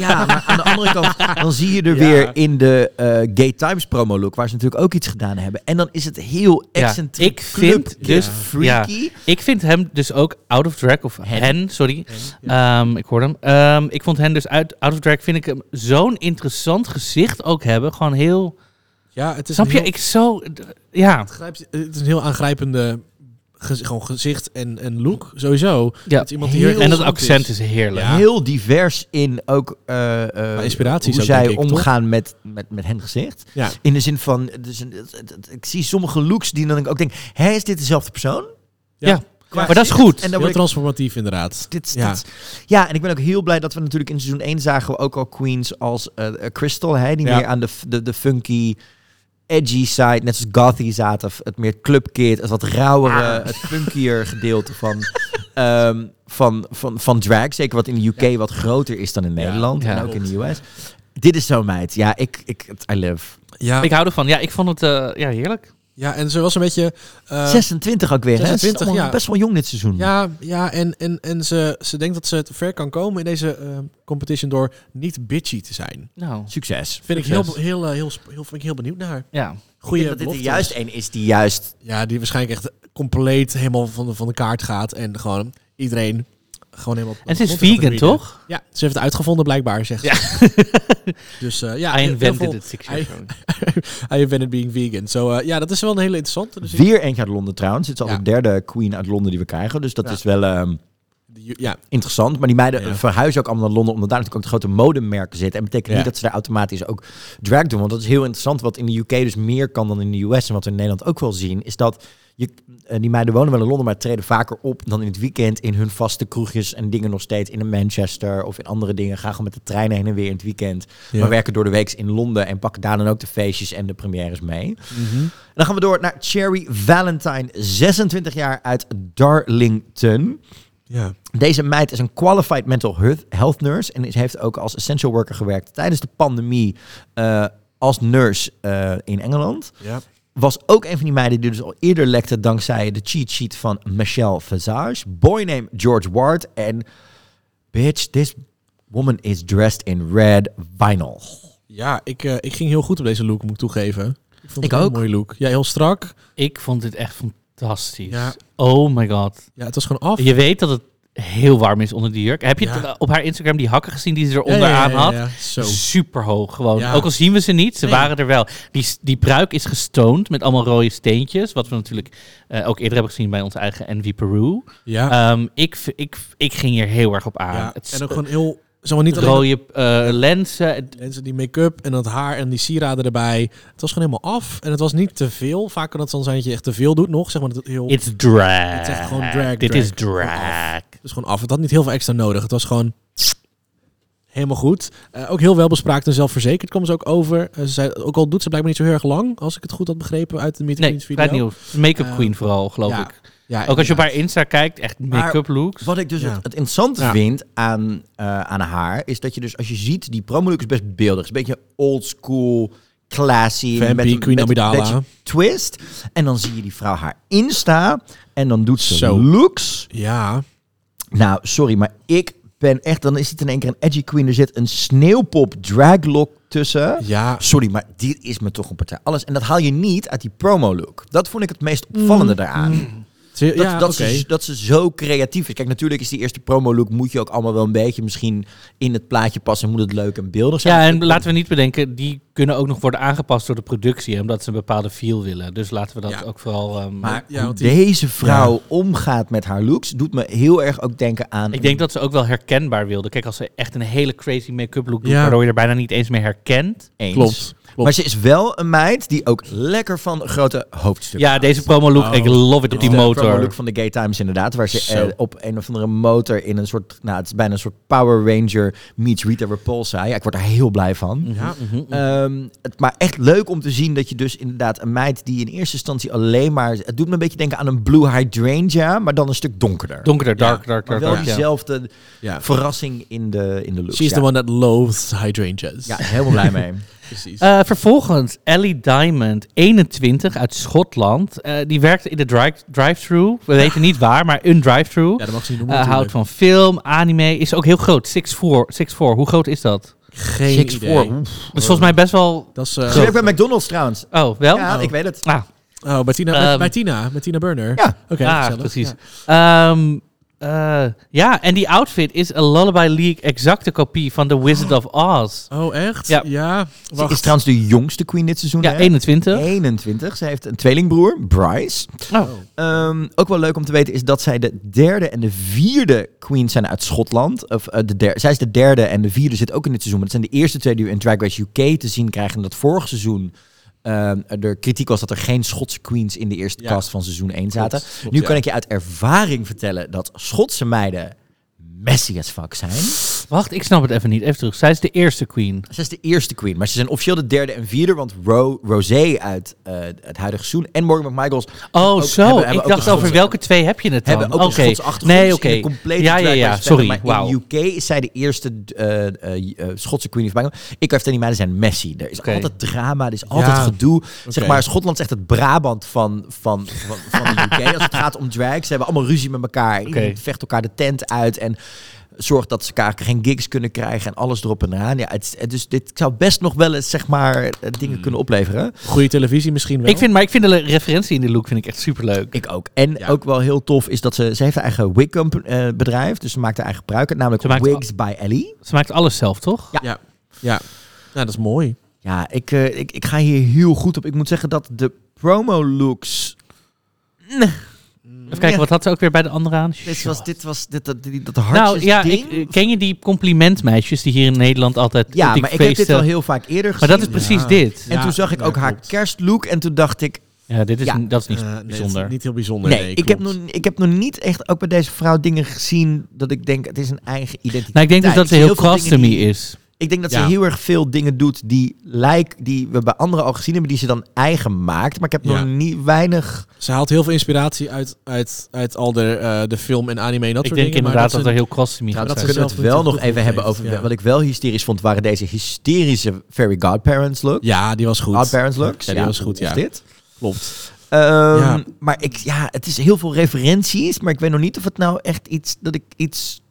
Speaker 1: Ja, maar aan de andere kant, dan zie je er
Speaker 3: <laughs> Ja.
Speaker 1: weer in de eh, Gay Times promo look, waar ze natuurlijk ook iets gedaan hebben. En dan is het heel
Speaker 2: Ja,
Speaker 1: excentriek.
Speaker 2: ik vind
Speaker 1: club,
Speaker 2: dus-
Speaker 1: freaky.
Speaker 2: Ik vind hem dus ook out of drag, of hen, sorry. Ehm, ik hoor hem. Ehm, ik vond hen dus uit out of drag, vind ik hem zo'n interessant gezicht ook hebben. Gewoon heel...
Speaker 3: ja, het is
Speaker 2: Snap
Speaker 3: een
Speaker 2: je?
Speaker 3: heel
Speaker 2: Ik zo... d- Ja.
Speaker 3: aangrijp- het is een heel aangrijpende gez- gewoon gezicht en, en look, sowieso.
Speaker 2: ja.
Speaker 3: Dat iemand die heel
Speaker 2: en dat
Speaker 3: goed
Speaker 2: accent is heerlijk.
Speaker 3: Ja.
Speaker 1: Heel divers in ook eh, eh,
Speaker 3: inspiraties
Speaker 1: hoe
Speaker 3: ook,
Speaker 1: zij
Speaker 3: denk ik, toch?
Speaker 1: omgaan met, met, met hen gezicht.
Speaker 3: Ja.
Speaker 1: In de zin van, dus een, het- het- het- ik zie sommige looks die dan ik ook denk, hé, is dit dezelfde persoon?
Speaker 3: Ja.
Speaker 2: Ja.
Speaker 1: Qua
Speaker 2: Maar dat is
Speaker 1: gezicht.
Speaker 2: goed.
Speaker 1: En dan
Speaker 3: Heel
Speaker 1: word ik,
Speaker 3: transformatief, inderdaad.
Speaker 1: dit,
Speaker 3: Ja.
Speaker 1: dit- ja, en ik ben ook heel blij dat we natuurlijk in seizoen 1 zagen we ook al queens als eh, eh, Crystal, hè, die
Speaker 3: Ja.
Speaker 1: meer aan de, f- de, de funky, edgy side, net als Gothy zaten, f- het meer clubkid, het wat rauwere,
Speaker 3: Ah.
Speaker 1: het funkier gedeelte van, <laughs> ehm, van, van, van drag. Zeker wat in de UK wat groter is dan in
Speaker 3: Ja.
Speaker 1: Nederland
Speaker 2: Ja.
Speaker 1: en ook in de US. Dit is zo'n meid. Ja, ik, ik, I live.
Speaker 3: Ja,
Speaker 2: Ik hou ervan. Ja, ik vond het eh, ja, heerlijk.
Speaker 3: ja, en ze was een beetje... eh,
Speaker 1: 26 ook weer, hè? Ze is
Speaker 3: 26,
Speaker 1: allemaal
Speaker 3: ja.
Speaker 1: Best wel jong dit seizoen.
Speaker 3: Ja, ja en, en, en ze, ze denkt dat ze het ver kan komen in deze eh, competition door niet bitchy te zijn.
Speaker 2: Nou,
Speaker 1: Succes.
Speaker 3: Vind ik
Speaker 2: Succes.
Speaker 3: heel, heel, eh, heel, sp- heel, vind ik heel benieuwd naar.
Speaker 2: ja.
Speaker 1: Ik
Speaker 3: Goeie
Speaker 1: denk dat dit er
Speaker 3: beloftes.
Speaker 1: juist één is die juist...
Speaker 3: Ja, die waarschijnlijk echt compleet helemaal van de, van de kaart gaat. En gewoon iedereen gewoon helemaal...
Speaker 2: En ze is
Speaker 3: op de grond gaat
Speaker 2: vegan,
Speaker 3: te bieden.
Speaker 2: toch?
Speaker 3: Ja, ze heeft het uitgevonden blijkbaar, zegt
Speaker 2: Ja.
Speaker 3: ze. <laughs> dus eh, ja,
Speaker 2: I
Speaker 3: heel
Speaker 2: invented
Speaker 3: veel-
Speaker 2: it six
Speaker 3: I-
Speaker 2: years
Speaker 3: <laughs>
Speaker 2: ago.
Speaker 3: I invented being vegan. Zo, eh, ja, dat is wel een hele interessante. Dus ik-
Speaker 1: Weer eentje uit Londen trouwens. Dit is al
Speaker 3: Ja.
Speaker 1: de derde queen uit Londen die we krijgen. Dus dat
Speaker 3: Ja.
Speaker 1: is wel ehm,
Speaker 3: die- ja,
Speaker 1: interessant. Maar die meiden
Speaker 3: Ja.
Speaker 1: verhuizen ook allemaal naar Londen... omdat daar natuurlijk ook de grote modemerken zitten. En betekent
Speaker 3: Ja.
Speaker 1: niet dat ze daar automatisch ook drag doen. Want dat is heel interessant. Wat in de UK dus meer kan dan in de US... en wat we in Nederland ook wel zien... is dat je, eh, die meiden wonen wel in Londen... maar treden vaker op dan in het weekend... in hun vaste kroegjes en dingen nog steeds... in een Manchester of in andere dingen. Gaan gewoon met de trein heen en weer in het weekend.
Speaker 3: Ja.
Speaker 1: Maar werken door de week in Londen... en pakken daar dan ook de feestjes en de premières mee.
Speaker 2: Mhm.
Speaker 1: En dan gaan we door naar Cherry Valentine, 26 jaar uit Darlington.
Speaker 3: ja.
Speaker 1: Deze meid is een qualified mental health- health nurse en ze heeft ook als essential worker gewerkt tijdens de pandemie eh, als nurse eh, in Engeland.
Speaker 3: ja.
Speaker 1: Was ook een van die meiden die dus al eerder lekte dankzij de cheat sheet van Michelle Visage. Boy name George Ward en bitch, this woman is dressed in red vinyl.
Speaker 3: Ja, ik, eh, ik ging heel goed op deze look, moet ik toegeven. Ik vond
Speaker 1: Ik
Speaker 3: het
Speaker 1: ook.
Speaker 3: een mooie look. Ja, heel strak.
Speaker 2: Ik vond dit echt fantastisch.
Speaker 3: Ja.
Speaker 2: Oh my god.
Speaker 3: Ja, het was gewoon af.
Speaker 2: Je weet dat het heel warm is onder die jurk. Heb je
Speaker 3: Ja.
Speaker 2: het, eh, op haar Instagram die hakken gezien die ze er onderaan had?
Speaker 3: Zo.
Speaker 2: Super hoog gewoon.
Speaker 3: Ja.
Speaker 2: Ook al zien we ze niet, ze
Speaker 3: Nee.
Speaker 2: waren er wel. Die, die pruik is gestoond met allemaal rode steentjes. Wat we natuurlijk eh, ook eerder hebben gezien bij onze eigen Envy Peru.
Speaker 3: Ja.
Speaker 2: Ehm, ik, v- ik, ik ging hier heel erg op aan.
Speaker 3: ja.
Speaker 2: Het
Speaker 3: En ook
Speaker 2: is-
Speaker 3: gewoon heel... Zo niet alleen
Speaker 2: rode eh, lenzen.
Speaker 3: de lenzen, die make-up en dat haar en die sieraden erbij. Het was gewoon helemaal af. En het was niet te veel. Vaak kan het dan zijn dat je echt te veel doet nog. Zeg maar dat het heel...
Speaker 2: It's drag.
Speaker 3: Het is echt gewoon drag,
Speaker 2: Dit
Speaker 3: drag.
Speaker 2: is
Speaker 3: Gewoon
Speaker 2: drag.
Speaker 3: Dus gewoon af. Het had niet heel veel extra nodig. Het was gewoon helemaal goed. Eh, ook heel welbespraakt en zelfverzekerd kwam ze ook over. Eh, ze zei, ook al doet ze blijkbaar niet zo heel erg lang, als ik het goed had begrepen uit de Meet the
Speaker 2: Nee,
Speaker 3: Queens
Speaker 2: vrij
Speaker 3: video.
Speaker 2: nieuw. Make-up
Speaker 3: Ehm,
Speaker 2: queen vooral, geloof
Speaker 3: ja.
Speaker 2: ik.
Speaker 3: Ja,
Speaker 2: Ook als je op
Speaker 3: inderdaad.
Speaker 2: haar Insta kijkt, echt make-up looks.
Speaker 1: Wat ik dus
Speaker 3: Ja.
Speaker 1: het, het interessante
Speaker 3: Ja.
Speaker 1: vind aan, eh, aan haar, is dat je dus als je ziet, die promo look is best beeldig. Het is een beetje old school classy.
Speaker 3: Vampy,
Speaker 1: met een-
Speaker 3: Queen
Speaker 1: met een
Speaker 3: Amidala.
Speaker 1: beetje twist. En dan zie je die vrouw haar Insta. En dan doet ze
Speaker 3: Zo.
Speaker 1: looks.
Speaker 3: Ja.
Speaker 1: Nou, sorry, maar ik ben echt... Dan is het in één keer een edgy queen. Er zit een sneeuwpop draglock tussen.
Speaker 3: Ja.
Speaker 1: Sorry, maar dit is me toch een partij. Alles. En dat haal je niet uit die promo-look. Dat vond ik het meest opvallende daaraan.
Speaker 3: Ze-
Speaker 1: Dat,
Speaker 3: ja,
Speaker 1: dat,
Speaker 3: oké.
Speaker 2: dus-
Speaker 1: ze, dat ze zo creatief is. Kijk, natuurlijk is die eerste promo-look... moet je ook allemaal wel een beetje misschien in het plaatje passen. Moet het leuk en beeldig zijn.
Speaker 2: Ja, en laten we niet bedenken, die kunnen ook nog worden aangepast door de productie, hè, omdat ze een bepaalde feel willen. Dus laten we dat
Speaker 3: Ja.
Speaker 2: ook vooral... ehm,
Speaker 3: Maar ja,
Speaker 1: Hoe
Speaker 3: want die-
Speaker 1: deze vrouw omgaat met haar looks... doet me heel erg ook denken aan...
Speaker 2: ik denk dat ze ook wel herkenbaar wilden. Kijk, als ze echt een hele crazy make-up look doet,
Speaker 3: Ja.
Speaker 2: waardoor je er bijna niet eens meer herkent.
Speaker 1: Eens.
Speaker 3: Klopt. klopt.
Speaker 1: Maar ze is wel een meid die ook lekker van grote hoofdstukken
Speaker 2: Ja, deze promo look,
Speaker 3: Oh.
Speaker 2: ik love it op die
Speaker 1: de
Speaker 2: motor.
Speaker 1: promo-look van de Gay Times inderdaad. Waar ze
Speaker 3: Zo.
Speaker 1: eh, op een of andere motor in een soort... Nou, het is bijna een soort Power Ranger meets Rita Repulsa. Ja, ik word daar heel blij van.
Speaker 3: ja.
Speaker 2: Mhm.
Speaker 3: Mhm.
Speaker 1: Ehm, het, maar echt leuk om te zien dat je dus inderdaad een meid die in eerste instantie alleen maar... Het doet me een beetje denken aan een Blue Hydrangea, maar dan een stuk donkerder.
Speaker 2: Donkerder, dark,
Speaker 3: Ja,
Speaker 2: dark,
Speaker 1: maar
Speaker 2: dark,
Speaker 1: wel
Speaker 2: dark. ja.
Speaker 1: diezelfde
Speaker 3: ja.
Speaker 1: verrassing in de, in de look.
Speaker 3: She's
Speaker 1: ja.
Speaker 3: the one that loathes hydrangeas. <laughs>
Speaker 1: Ja, helemaal blij mee.
Speaker 3: precies.
Speaker 2: Eh, vervolgens Ellie Diamond, 21, uit Schotland. Eh, die werkte in de dri- drive-thru. We weten niet waar, maar een drive-thru.
Speaker 3: ja, dat mag ze niet
Speaker 2: Eh,
Speaker 3: noemen
Speaker 2: houdt
Speaker 3: natuurlijk.
Speaker 2: van film, anime. Is ook heel groot. 6'4". 6'4". Hoe groot is dat?
Speaker 3: Geen
Speaker 1: Six
Speaker 3: idee.
Speaker 1: four. Oef.
Speaker 2: Dat is volgens mij best wel...
Speaker 3: Dat is... eh,
Speaker 1: Ze werkt bij McDonald's trouwens.
Speaker 2: Oh, wel?
Speaker 1: Ja,
Speaker 2: Ah,
Speaker 1: ik weet het.
Speaker 3: oh, bij Tina,
Speaker 2: Ehm.
Speaker 3: bij, bij Tina. Bij Tina Burner.
Speaker 1: Ja.
Speaker 3: Oké,
Speaker 2: ah,
Speaker 3: gezellig.
Speaker 2: precies.
Speaker 3: Ja.
Speaker 2: Ehm, eh, ja, en die outfit is een Lullaby League exacte kopie van The Wizard of Oz.
Speaker 3: Oh, echt?
Speaker 2: Ja.
Speaker 3: Ja. ja.
Speaker 1: Ze
Speaker 3: Wacht.
Speaker 1: is trouwens de jongste queen dit seizoen.
Speaker 2: Ja,
Speaker 1: hè?
Speaker 2: 21.
Speaker 1: 21. Ze heeft een tweelingbroer, Bryce.
Speaker 2: Oh.
Speaker 1: Ehm, ook wel leuk om te weten is dat zij de derde en de vierde queen zijn uit Schotland. Of, eh, de der- zij is de derde en de vierde zit ook in dit seizoen. Maar dat zijn de eerste twee die we in Drag Race UK te zien krijgen. En dat vorig seizoen ehm, er kritiek was dat er geen Schotse queens in de eerste
Speaker 3: Ja.
Speaker 1: cast van seizoen 1 zaten.
Speaker 3: Klopt, klopt,
Speaker 1: nu
Speaker 3: ja.
Speaker 1: kan ik je uit ervaring vertellen dat Schotse meiden messy as fuck zijn.
Speaker 2: Wacht, ik snap het even niet. Even terug. Zij is de eerste queen.
Speaker 1: Ze is de eerste queen, maar ze zijn officieel de derde en vierde, want Ro Rosé uit eh, het huidige seizoen en Morgan McMichaels
Speaker 2: Oh,
Speaker 1: ook-
Speaker 2: zo.
Speaker 1: hebben- hebben
Speaker 2: ik
Speaker 1: ook
Speaker 2: dacht
Speaker 1: een
Speaker 2: over
Speaker 1: Schotse-
Speaker 2: welke twee heb je het dan?
Speaker 1: hebben ook een
Speaker 2: Oké.
Speaker 1: Schotse achtergrond.
Speaker 2: Nee,
Speaker 1: dus
Speaker 2: oké.
Speaker 1: in de complete
Speaker 2: Ja, ja,
Speaker 1: Drag
Speaker 2: ja.
Speaker 1: Race verder.
Speaker 2: Sorry.
Speaker 1: Maar
Speaker 2: Wauw.
Speaker 1: in de UK is zij de eerste eh, eh, eh, Schotse queen die voorbij kwam. Ik heeft en die meiden zijn messy. Er is
Speaker 2: Oké.
Speaker 1: altijd drama, er is altijd
Speaker 3: Ja.
Speaker 1: gedoe. Zeg
Speaker 3: Oké.
Speaker 1: maar, Schotland is echt het Brabant van, van, van, van de UK. Als het gaat om drag, ze hebben allemaal ruzie met elkaar. Iedereen vecht elkaar de tent uit en zorgt dat ze elkaar geen gigs kunnen krijgen en alles erop en eraan. Ja, het, het- dus dit zou best nog wel eens, zeg maar, eh,
Speaker 2: Hmm.
Speaker 1: dingen kunnen opleveren.
Speaker 3: Goede televisie misschien wel.
Speaker 2: Ik vind, maar ik vind de le- referentie in de look vind ik echt superleuk.
Speaker 1: Ik ook. En ook wel heel tof is dat ze... Ze heeft haar eigen wig comp- eh, bedrijf. Dus ze maakt haar eigen pruiken.
Speaker 2: Ze
Speaker 1: Namelijk
Speaker 2: maakt
Speaker 1: Wigs by Ellie.
Speaker 2: Ze maakt alles zelf, toch?
Speaker 1: Ja.
Speaker 3: Ja. Ja. Nou, dat is mooi.
Speaker 1: Ja, ik, eh, ik, ik ga hier heel goed op. Ik moet zeggen dat de promo looks...
Speaker 2: Even kijken, wat had ze ook weer bij de andere aan?
Speaker 1: Dit
Speaker 2: Sjoe.
Speaker 1: was, dit was dit, dat, die- dat hartjes
Speaker 2: nou ja,
Speaker 1: ding.
Speaker 2: ik, ken je die complimentmeisjes die hier in Nederland altijd op
Speaker 1: ja,
Speaker 2: die
Speaker 1: maar ik heb dit
Speaker 2: feesten-
Speaker 1: wel heel vaak eerder gezien.
Speaker 2: Maar dat is precies
Speaker 3: Ja.
Speaker 2: dit.
Speaker 1: En
Speaker 3: Ja,
Speaker 1: toen zag ik
Speaker 3: ja,
Speaker 1: ook haar
Speaker 3: klopt.
Speaker 1: kerstlook. En toen dacht ik...
Speaker 2: Ja, dit is,
Speaker 1: Ja.
Speaker 2: n- dat is niet
Speaker 3: Eh, nee,
Speaker 2: bijzonder.
Speaker 3: het is niet heel bijzonder.
Speaker 1: Nee,
Speaker 3: Nee,
Speaker 1: ik, heb
Speaker 3: klopt.
Speaker 1: nog, ik heb nog niet echt ook bij deze vrouw dingen gezien... dat ik denk, het is een eigen identiteit.
Speaker 2: nou, ik denk dus dat ze
Speaker 1: Ik zie
Speaker 2: heel
Speaker 1: veel dingen
Speaker 2: custom
Speaker 1: die-
Speaker 2: is.
Speaker 1: Ik denk dat
Speaker 3: Ja.
Speaker 1: ze heel erg veel dingen doet die, lijk, die we bij anderen al gezien hebben, die ze dan eigen maakt. Maar ik heb
Speaker 3: Ja.
Speaker 1: nog niet weinig.
Speaker 3: Ze haalt heel veel inspiratie uit, uit, uit al de, eh, de film en anime en dat
Speaker 2: Ik
Speaker 3: soort
Speaker 2: denk
Speaker 3: dingen.
Speaker 2: inderdaad
Speaker 3: maar
Speaker 2: dat,
Speaker 3: dat
Speaker 2: er heel custom is.
Speaker 1: Nou, dat
Speaker 3: ze
Speaker 1: kunnen we het
Speaker 3: zelf niet
Speaker 1: wel
Speaker 3: zo
Speaker 1: nog
Speaker 3: goed
Speaker 1: even hebben
Speaker 3: opgeeft,
Speaker 1: over.
Speaker 3: ja.
Speaker 1: Wat ik wel hysterisch vond, waren deze hysterische Fairy Godparents look.
Speaker 3: ze- Ja, die was goed.
Speaker 1: Godparents looks.
Speaker 3: Ja, die was goed,
Speaker 1: Of
Speaker 3: ja.
Speaker 1: dit.
Speaker 3: Klopt.
Speaker 1: Ehm,
Speaker 3: Ja.
Speaker 1: Maar ik, ja, het is heel veel referenties, maar ik weet nog niet of het nou echt iets dat ik iets.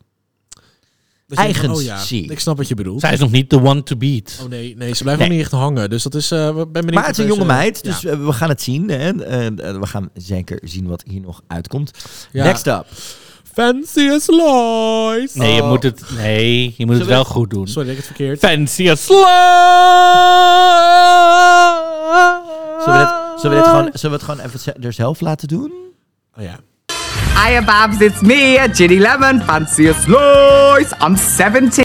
Speaker 3: Dus je denkt van,
Speaker 1: Eigens
Speaker 3: oh ja,
Speaker 1: zie.
Speaker 3: Ik snap wat je bedoelt.
Speaker 2: Zij is nog niet de one to beat.
Speaker 3: Oh nee, nee, ze blijft
Speaker 1: Nee.
Speaker 3: nog niet echt hangen. Dus dat is... eh, we- ben benieuwd
Speaker 1: Maar het is een
Speaker 3: of
Speaker 1: jonge
Speaker 3: deze-
Speaker 1: meid, dus
Speaker 3: Ja.
Speaker 1: eh, we gaan het zien. Hè? En, eh, we gaan zeker zien wat hier nog uitkomt.
Speaker 3: Ja.
Speaker 1: Next up.
Speaker 3: Fancy as Lois.
Speaker 2: Nee, je
Speaker 1: Oh.
Speaker 2: moet het, nee, je moet het
Speaker 1: we-
Speaker 2: wel goed doen.
Speaker 3: Oh, Sorry, dat ik het verkeerd.
Speaker 2: Fancy as
Speaker 1: Zullen we, dit, zullen, we dit gewoon, zullen we het gewoon even ze- er zelf laten doen?
Speaker 3: Oh ja.
Speaker 5: Hiya, Babs, it's me, Ginny Lemon, fanciest Lois. I'm 17.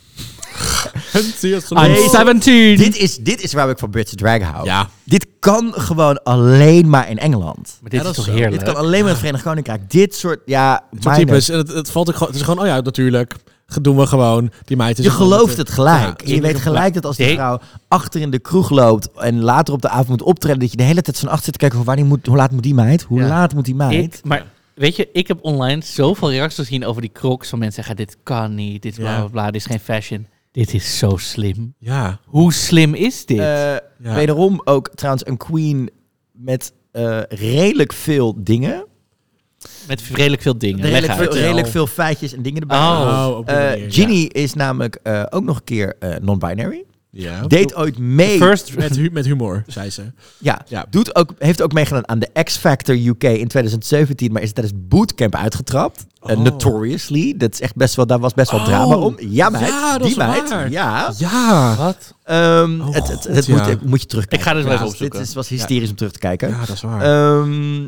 Speaker 3: Fancy as
Speaker 2: I'm
Speaker 3: Lois.
Speaker 2: 17.
Speaker 1: <laughs> Dit is, dit is waar ik van Britse drag hou.
Speaker 3: Ja.
Speaker 1: Dit kan gewoon alleen maar in Engeland.
Speaker 2: Maar dit
Speaker 3: Ja, dat
Speaker 2: is
Speaker 3: is
Speaker 2: toch
Speaker 3: zo.
Speaker 2: heerlijk?
Speaker 1: Dit kan alleen maar in het Verenigd Koninkrijk. Dit soort, ja,
Speaker 3: Zo'n
Speaker 1: minor.
Speaker 3: types. En het, het valt ook gewoon... Het is gewoon, oh ja, natuurlijk. Dat doen we gewoon. Die meid is...
Speaker 1: Je
Speaker 3: gewoon
Speaker 1: gelooft
Speaker 3: wat-
Speaker 1: het gelijk.
Speaker 3: Ja,
Speaker 1: En je weet gelijk dat als die
Speaker 2: Nee.
Speaker 1: vrouw achter in de kroeg loopt en later op de avond moet optreden, dat je de hele tijd van achter zit te kijken, hoe, wanneer moet, hoe laat moet die meid? Hoe
Speaker 2: Ja.
Speaker 1: laat moet die meid?
Speaker 2: Ik, maar weet je, ik heb online zoveel reacties gezien over die crocs. Van mensen zeggen, dit kan niet, dit bla
Speaker 3: Ja.
Speaker 2: bla bla, dit is geen fashion. Dit, Dit is zo slim.
Speaker 3: Ja.
Speaker 2: Hoe slim is dit?
Speaker 1: Eh, Wederom ook trouwens een queen met eh, redelijk veel dingen.
Speaker 2: Met redelijk veel dingen. Leg
Speaker 1: Redelijk veel,
Speaker 2: uit.
Speaker 1: redelijk veel feitjes en dingen erbij.
Speaker 2: Oh.
Speaker 3: Oh, op die
Speaker 1: Eh,
Speaker 3: manier, ja.
Speaker 1: Ginny is namelijk eh, ook nog een keer eh, non-binary.
Speaker 3: Ja.
Speaker 1: Deed ooit mee.
Speaker 2: First,
Speaker 3: Met, hu- met humor, zei ze.
Speaker 1: Ja,
Speaker 3: Ja.
Speaker 1: Doet ook, heeft ook meegedaan aan de X Factor UK in 2017, maar is tijdens bootcamp uitgetrapt. Eh,
Speaker 3: Oh.
Speaker 1: notoriously. Dat is echt best wel, daar was best wel
Speaker 3: Oh.
Speaker 1: drama om. Ja, meid.
Speaker 3: Ja, dat
Speaker 1: die
Speaker 3: is
Speaker 1: meid.
Speaker 3: waar.
Speaker 1: Ja.
Speaker 3: Ja.
Speaker 2: wat?
Speaker 1: Ehm,
Speaker 3: Oh,
Speaker 1: het het,
Speaker 3: God,
Speaker 1: het
Speaker 3: ja.
Speaker 1: moet, het moet je terugkijken.
Speaker 2: Ik ga dit wel
Speaker 1: Ja,
Speaker 2: even opzoeken.
Speaker 1: Dit is, was hysterisch om terug te kijken.
Speaker 3: Ja, dat is waar.
Speaker 1: Ehm,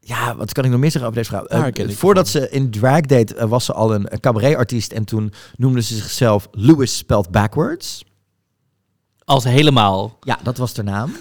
Speaker 1: ja, wat kan ik nog meer zeggen over deze vrouw?
Speaker 3: Daar
Speaker 1: Eh,
Speaker 3: ken ik
Speaker 1: voordat ze in drag deed, eh, was ze al een, een cabaretartiest. En toen noemde ze zichzelf Lewis Spelled Backwards.
Speaker 2: Als helemaal.
Speaker 1: Ja, dat was haar
Speaker 3: <laughs>
Speaker 1: naam.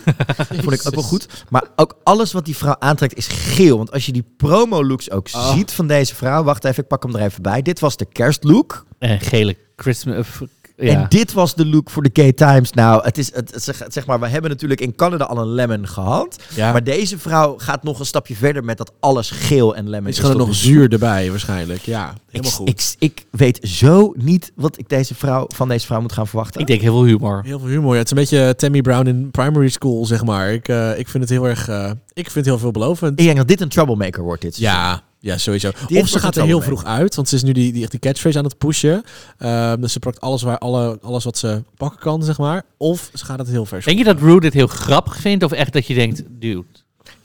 Speaker 1: Vond ik ook wel goed. Maar ook alles wat die vrouw aantrekt is geel. Want als je die promo-looks ook
Speaker 3: Oh.
Speaker 1: ziet van deze vrouw... Wacht even, ik pak hem er even bij. Dit was de kerstlook.
Speaker 2: Een gele Christmas... of, ja.
Speaker 1: En dit was de look voor de Gay Times. Nou, het is, het, het- zeg, zeg maar, we hebben natuurlijk in Canada al een lemon gehad.
Speaker 3: Ja.
Speaker 1: Maar deze vrouw gaat nog een stapje verder met dat alles geel en lemon
Speaker 3: is gewoon
Speaker 1: toch
Speaker 3: nog zuur erbij waarschijnlijk. Ja, helemaal goed.
Speaker 1: Ik, ik, ik weet zo niet wat ik deze vrouw, van deze vrouw moet gaan verwachten.
Speaker 2: Ik denk heel veel humor.
Speaker 3: Heel veel humor. Ja, het is een beetje eh, Tammy Brown in primary school, zeg maar. Ik, eh, ik vind het heel erg... eh, ik vind het heel veelbelovend.
Speaker 1: Ik denk dat dit een troublemaker wordt. Dit seizoen.
Speaker 3: Ja, ja, sowieso. of
Speaker 1: wordt
Speaker 3: ze gaat
Speaker 1: het
Speaker 3: er heel
Speaker 1: wel mee.
Speaker 3: vroeg uit, want ze is nu die, die, echt die catchphrase aan het pushen. Ehm, dus ze pakt alles, waar, alle, alles wat ze pakken kan, zeg maar. Of ze gaat het heel vers.
Speaker 2: Denk je dat Rue dit heel grappig vindt? Of echt dat je denkt, dude...